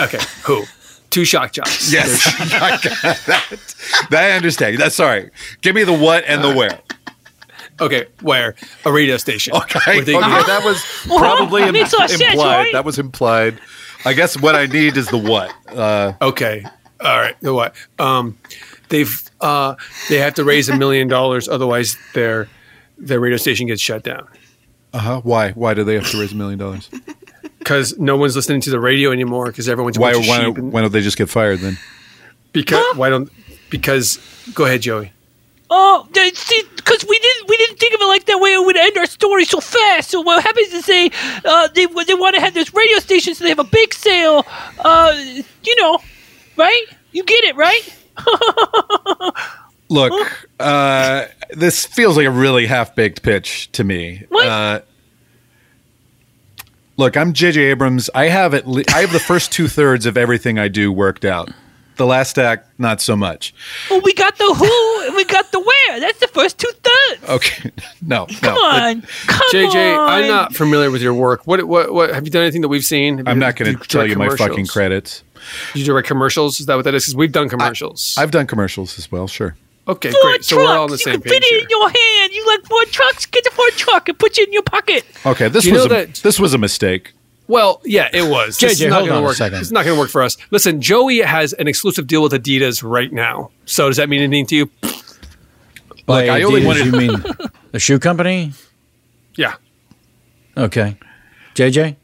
[SPEAKER 5] Okay, who? Two shock jocks.
[SPEAKER 2] Yes, I, got that, That I understand. That's sorry. Give me the what and the where.
[SPEAKER 5] Okay, where? A radio station.
[SPEAKER 2] Okay,
[SPEAKER 5] Where they-
[SPEAKER 2] okay,
[SPEAKER 8] Uh-huh.
[SPEAKER 2] that was
[SPEAKER 5] Well,
[SPEAKER 2] probably im-
[SPEAKER 5] makes a lot of sense,
[SPEAKER 2] implied.
[SPEAKER 5] right?
[SPEAKER 2] That was implied. I guess what I need is the what. Uh,
[SPEAKER 5] okay, all right. You know what? Um, they've uh, they have to raise a million dollars, otherwise their their radio station gets shut down.
[SPEAKER 2] Uh huh. Why? Why do they have to raise a million dollars?
[SPEAKER 5] Because no one's listening to the radio anymore. Because everyone's a
[SPEAKER 2] Why?
[SPEAKER 5] bunch of
[SPEAKER 2] Why,
[SPEAKER 5] sheep and-
[SPEAKER 2] why don't they just get fired then?
[SPEAKER 5] Because why don't? Because go ahead, Joey.
[SPEAKER 17] Oh, because we didn't we didn't think of it like that way. It would end our story so fast. So what happens is they uh, they they want to have this radio station, so they have a big sale. Uh, you know, right? You get it, right?
[SPEAKER 2] Look, uh, this feels like a really half-baked pitch to me. Uh, look, I'm JJ Abrams. I have at le- I have the first two thirds of everything I do worked out. The last act, not so much.
[SPEAKER 17] Well, we got the who and we got the where. That's the first two thirds.
[SPEAKER 2] Okay, no,
[SPEAKER 17] Come
[SPEAKER 2] no.
[SPEAKER 17] on, come
[SPEAKER 5] JJ,
[SPEAKER 17] on.
[SPEAKER 5] I'm not familiar with your work. What what what have you done anything that we've seen? Have
[SPEAKER 2] I'm
[SPEAKER 5] you-
[SPEAKER 2] not going to
[SPEAKER 5] do direct
[SPEAKER 2] tell you my
[SPEAKER 5] commercials?
[SPEAKER 2] fucking credits.
[SPEAKER 5] Do you direct commercials? Is that what that is? Because we've done commercials.
[SPEAKER 2] I've done commercials as well. Sure.
[SPEAKER 5] okay,
[SPEAKER 17] Four
[SPEAKER 5] great. So we're all on the
[SPEAKER 17] trucks,
[SPEAKER 5] same
[SPEAKER 17] you can
[SPEAKER 5] page.
[SPEAKER 17] fit it in your hand. You like four trucks? Get the four truck and put it in your pocket.
[SPEAKER 2] Okay, this
[SPEAKER 5] Do you
[SPEAKER 2] was a,
[SPEAKER 5] know that-
[SPEAKER 2] this was a mistake.
[SPEAKER 5] Well, yeah, it was. This
[SPEAKER 2] JJ,
[SPEAKER 5] is not
[SPEAKER 2] hold
[SPEAKER 5] gonna
[SPEAKER 2] on a
[SPEAKER 5] work.
[SPEAKER 2] second.
[SPEAKER 5] It's not going to work for us. Listen, Joey has an exclusive deal with Adidas right now. So does that mean anything to you?
[SPEAKER 1] By
[SPEAKER 5] I only
[SPEAKER 1] Adidas,
[SPEAKER 5] wanted-
[SPEAKER 1] You mean the shoe company?
[SPEAKER 5] Yeah.
[SPEAKER 1] Okay. JJ?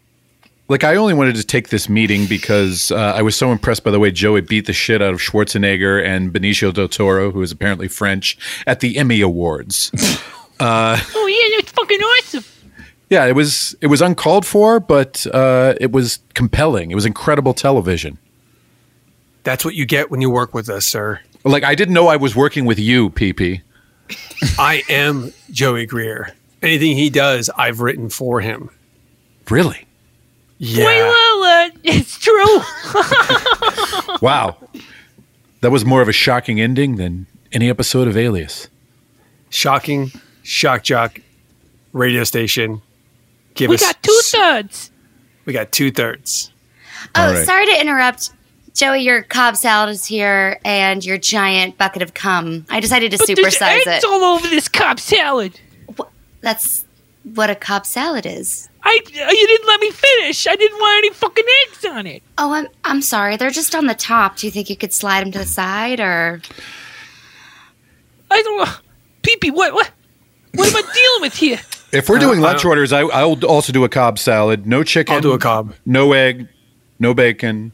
[SPEAKER 2] Like I only wanted to take this meeting because uh, I was so impressed by the way Joey beat the shit out of Schwarzenegger and Benicio del Toro, who is apparently French, at the Emmy Awards. uh,
[SPEAKER 17] Oh yeah, that's fucking awesome.
[SPEAKER 2] yeah, it was it was uncalled for, but uh, it was compelling. It was incredible television.
[SPEAKER 5] That's what you get when you work with us, sir.
[SPEAKER 2] Like I didn't know I was working with you, PP.
[SPEAKER 5] I am Joey Greer. Anything he does, I've written for him.
[SPEAKER 2] Really?
[SPEAKER 5] Yeah.
[SPEAKER 17] Wait, well, uh, it's true.
[SPEAKER 2] Wow, that was more of a shocking ending than any episode of Alias.
[SPEAKER 5] Shocking, shock jock, radio station. Give
[SPEAKER 17] we
[SPEAKER 5] us.
[SPEAKER 17] got two thirds.
[SPEAKER 5] we got two thirds.
[SPEAKER 4] Oh, sorry to interrupt. Joey, your cob salad is here and your giant bucket of cum. I decided to
[SPEAKER 17] But there's
[SPEAKER 4] supersize it.
[SPEAKER 17] eggs all over this cob salad.
[SPEAKER 4] That's what a cob salad is.
[SPEAKER 17] I uh, you didn't let me finish. I didn't want any fucking eggs on it.
[SPEAKER 4] Oh, I'm I'm sorry. They're just on the top. Do you think you could slide them to the side or
[SPEAKER 17] I don't. Peepee, what what what am I dealing with here?
[SPEAKER 2] If we're
[SPEAKER 17] Uh,
[SPEAKER 2] doing
[SPEAKER 17] I
[SPEAKER 2] lunch
[SPEAKER 17] don't-
[SPEAKER 2] orders, I, I'll also do a cob salad. No chicken. I'll do a
[SPEAKER 5] cob.
[SPEAKER 2] No egg. No bacon.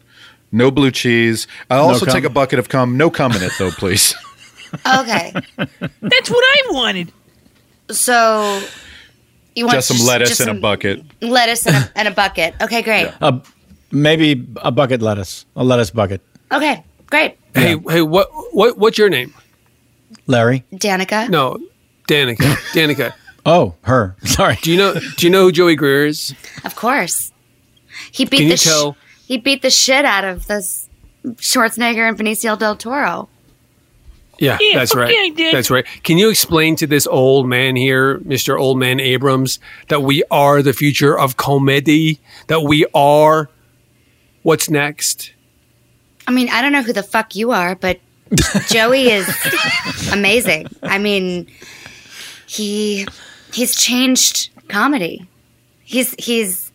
[SPEAKER 2] No blue cheese. I'll
[SPEAKER 4] No
[SPEAKER 2] also
[SPEAKER 4] cum?
[SPEAKER 2] take a bucket of cum. No cum in it, though, please.
[SPEAKER 4] Okay.
[SPEAKER 17] That's what I wanted.
[SPEAKER 4] So you want
[SPEAKER 2] just some lettuce in a
[SPEAKER 4] some
[SPEAKER 2] bucket.
[SPEAKER 4] lettuce in a, in a bucket. Okay, great.
[SPEAKER 1] Uh, maybe a bucket lettuce, a lettuce bucket.
[SPEAKER 4] Okay, great.
[SPEAKER 5] Hey, hey, what, what, what's your name?
[SPEAKER 1] Larry?
[SPEAKER 4] Danica.
[SPEAKER 5] No, Danica. Danica.
[SPEAKER 1] Oh, her. Sorry.
[SPEAKER 5] Do you know? Do you know who Joey Greer is?
[SPEAKER 4] Of course. He beat
[SPEAKER 5] Can
[SPEAKER 4] the
[SPEAKER 5] you tell-
[SPEAKER 4] he beat the shit out of this Schwarzenegger and Benicio del Toro.
[SPEAKER 5] Yeah, that's
[SPEAKER 14] fuck
[SPEAKER 5] right.
[SPEAKER 14] yeah, I did.
[SPEAKER 5] That's right. Can you explain to this old man here, Mr. Old Man Abrams, that we are the future of comedy? That we are what's next?
[SPEAKER 4] I mean, I don't know who the fuck you are, but Joey is amazing. I mean, he he's changed comedy. He's he's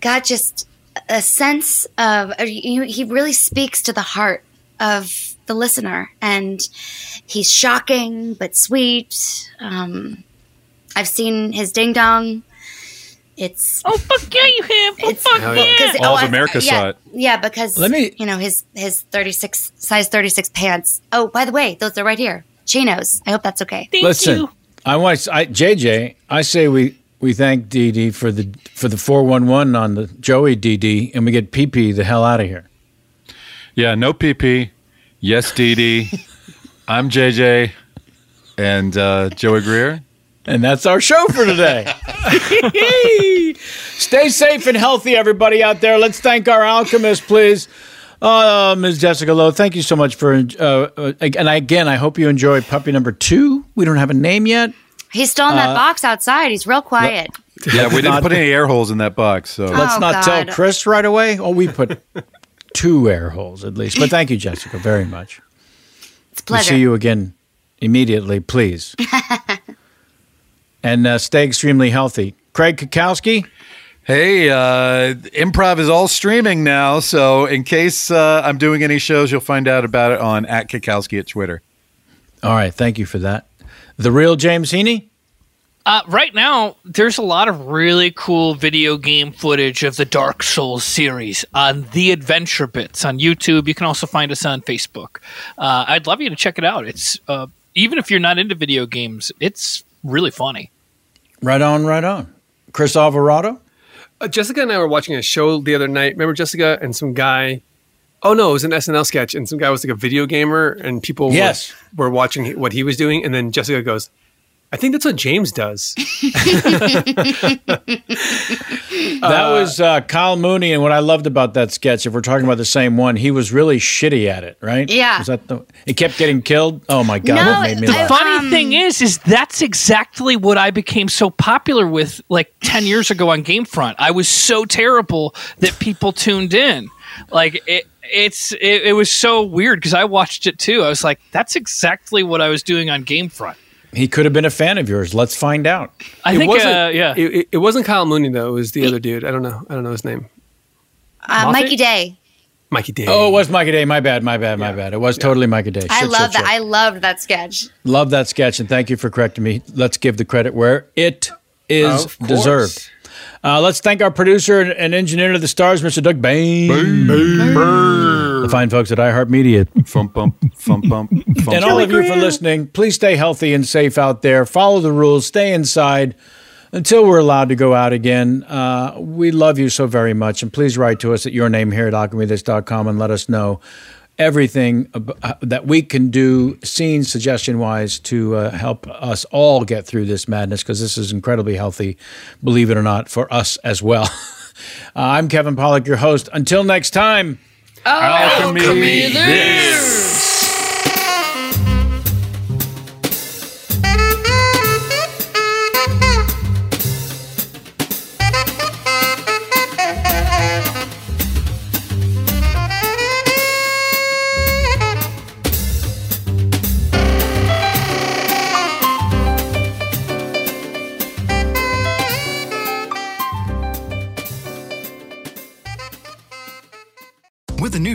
[SPEAKER 4] got just a sense of you, he really speaks to the heart of the listener, and he's shocking but sweet. Um, I've seen his ding dong. It's
[SPEAKER 14] oh fuck yeah, you have. Oh fuck
[SPEAKER 2] Hell yeah.
[SPEAKER 4] because-
[SPEAKER 2] All
[SPEAKER 4] oh,
[SPEAKER 2] of
[SPEAKER 4] I-
[SPEAKER 2] America
[SPEAKER 4] yeah,
[SPEAKER 2] saw it.
[SPEAKER 4] Yeah, because
[SPEAKER 2] Let me-
[SPEAKER 4] you know his his thirty six size thirty six pants. Oh, by the way, those are right here. Chinos. I hope that's okay.
[SPEAKER 1] Listen, I want I, JJ. I say we we thank DD for the for the four one one on the Joey DD, and we get PP the hell out of here.
[SPEAKER 2] Yeah, no PP. Yes, DD. I'm JJ and uh, Joey Greer.
[SPEAKER 1] And that's our show for today. Stay safe and healthy, everybody out there. Let's thank our alchemist, please. Uh, Ms. Jessica Lowe, thank you so much for. Uh, uh, and again, I hope you enjoy puppy number two. We don't have a name yet.
[SPEAKER 4] He's still in that
[SPEAKER 1] Uh,
[SPEAKER 4] box outside. He's real quiet.
[SPEAKER 2] Yeah, we didn't
[SPEAKER 1] Not-
[SPEAKER 2] put any air holes in that box. So
[SPEAKER 1] Let's
[SPEAKER 4] Oh,
[SPEAKER 1] not
[SPEAKER 4] God.
[SPEAKER 1] tell Chris right away. Oh, we put two air holes at least. But thank you, Jessica, very much.
[SPEAKER 4] It's a
[SPEAKER 1] We'll
[SPEAKER 4] pleasure.
[SPEAKER 1] see you again immediately, please. and uh, stay extremely healthy. Craig Kakowski.
[SPEAKER 2] Hey, uh, improv is all streaming now. So in case uh, I'm doing any shows, you'll find out about it on at Kikowski at Twitter.
[SPEAKER 1] All right, thank you for that. The real James Heaney.
[SPEAKER 3] Uh, right now, there's a lot of really cool video game footage of the Dark Souls series on The Adventure Bits on YouTube. You can also find us on Facebook. Uh, I'd love you to check it out. It's uh, even if you're not into video games, it's really funny.
[SPEAKER 1] Right on, right on. Chris Alvarado.
[SPEAKER 5] Uh, Jessica and I were watching a show the other night. Remember Jessica and some guy? Oh no, it was an SNL sketch, and some guy was like a video gamer, and people were-
[SPEAKER 1] Yes.
[SPEAKER 5] were, watching what he was doing, and then Jessica goes, "I think that's what James does."
[SPEAKER 1] That was uh, Kyle Mooney, and what I loved about that sketch, if we're talking about the same one, he was really shitty at it, right?
[SPEAKER 3] Yeah.
[SPEAKER 1] Was that the? It kept getting killed. Oh my god, that made me
[SPEAKER 3] the
[SPEAKER 1] laugh.
[SPEAKER 3] funny thing is, is that's exactly what I became so popular with like 10 years ago on Gamefront. I was so terrible that people tuned in. Like it, it's it, it was so weird because I watched it too. I was like, that's exactly what I was doing on Gamefront.
[SPEAKER 1] He could have been a fan of yours. Let's find out.
[SPEAKER 3] I think, uh, yeah.
[SPEAKER 5] It, it- it wasn't Kyle Mooney though. It was the other dude. I don't know. I don't know his name.
[SPEAKER 4] Uh,
[SPEAKER 5] Moffat?
[SPEAKER 4] Mikey Day.
[SPEAKER 5] Mikey Day.
[SPEAKER 1] Oh, it was Micah Day. My bad. My bad. My bad. It was totally Micah Day.
[SPEAKER 4] I
[SPEAKER 1] Shit,
[SPEAKER 4] love
[SPEAKER 1] shit,
[SPEAKER 4] that.
[SPEAKER 1] shit.
[SPEAKER 4] I loved that sketch.
[SPEAKER 1] Love that sketch, and thank you for correcting me. Let's give the credit where it is
[SPEAKER 4] Of course.
[SPEAKER 1] deserved. Uh, let's thank our producer and- and engineer to the stars, Mr. Doug Bain. The fine folks at iHeartMedia. Fump, bump, fump, bump, And all of you for listening. Please stay healthy and safe out there. Follow the rules. Stay inside until we're allowed to go out again. Uh, we love you so very much. And please write to us at your name here at alchemythis.com and let us know everything ab- uh, that we can do, scene suggestion wise, to uh, help us all get through this madness because this is incredibly healthy, believe it or not, for us as well. uh, I'm Kevin Pollock, your host. Until next time.
[SPEAKER 14] Alchemy
[SPEAKER 1] Oh, Alchemy this.
[SPEAKER 18] With the new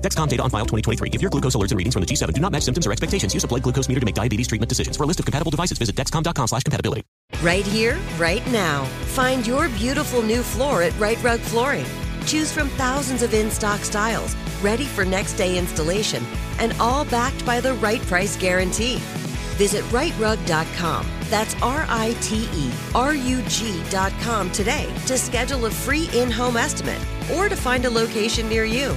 [SPEAKER 19] Dexcom data on file 2023. If your glucose alerts and readings from the G7 do not match symptoms or expectations, use a blood glucose meter to make diabetes treatment decisions. For a list of compatible devices, visit dexcom.com slash compatibility.
[SPEAKER 20] Right here, right now. Find your beautiful new floor at Right Rug Flooring. Choose from thousands of in stock styles, ready for next day installation, and all backed by the right price guarantee. Visit rightrug.com. That's R I T E R U G.com today to schedule a free in home estimate or to find a location near you.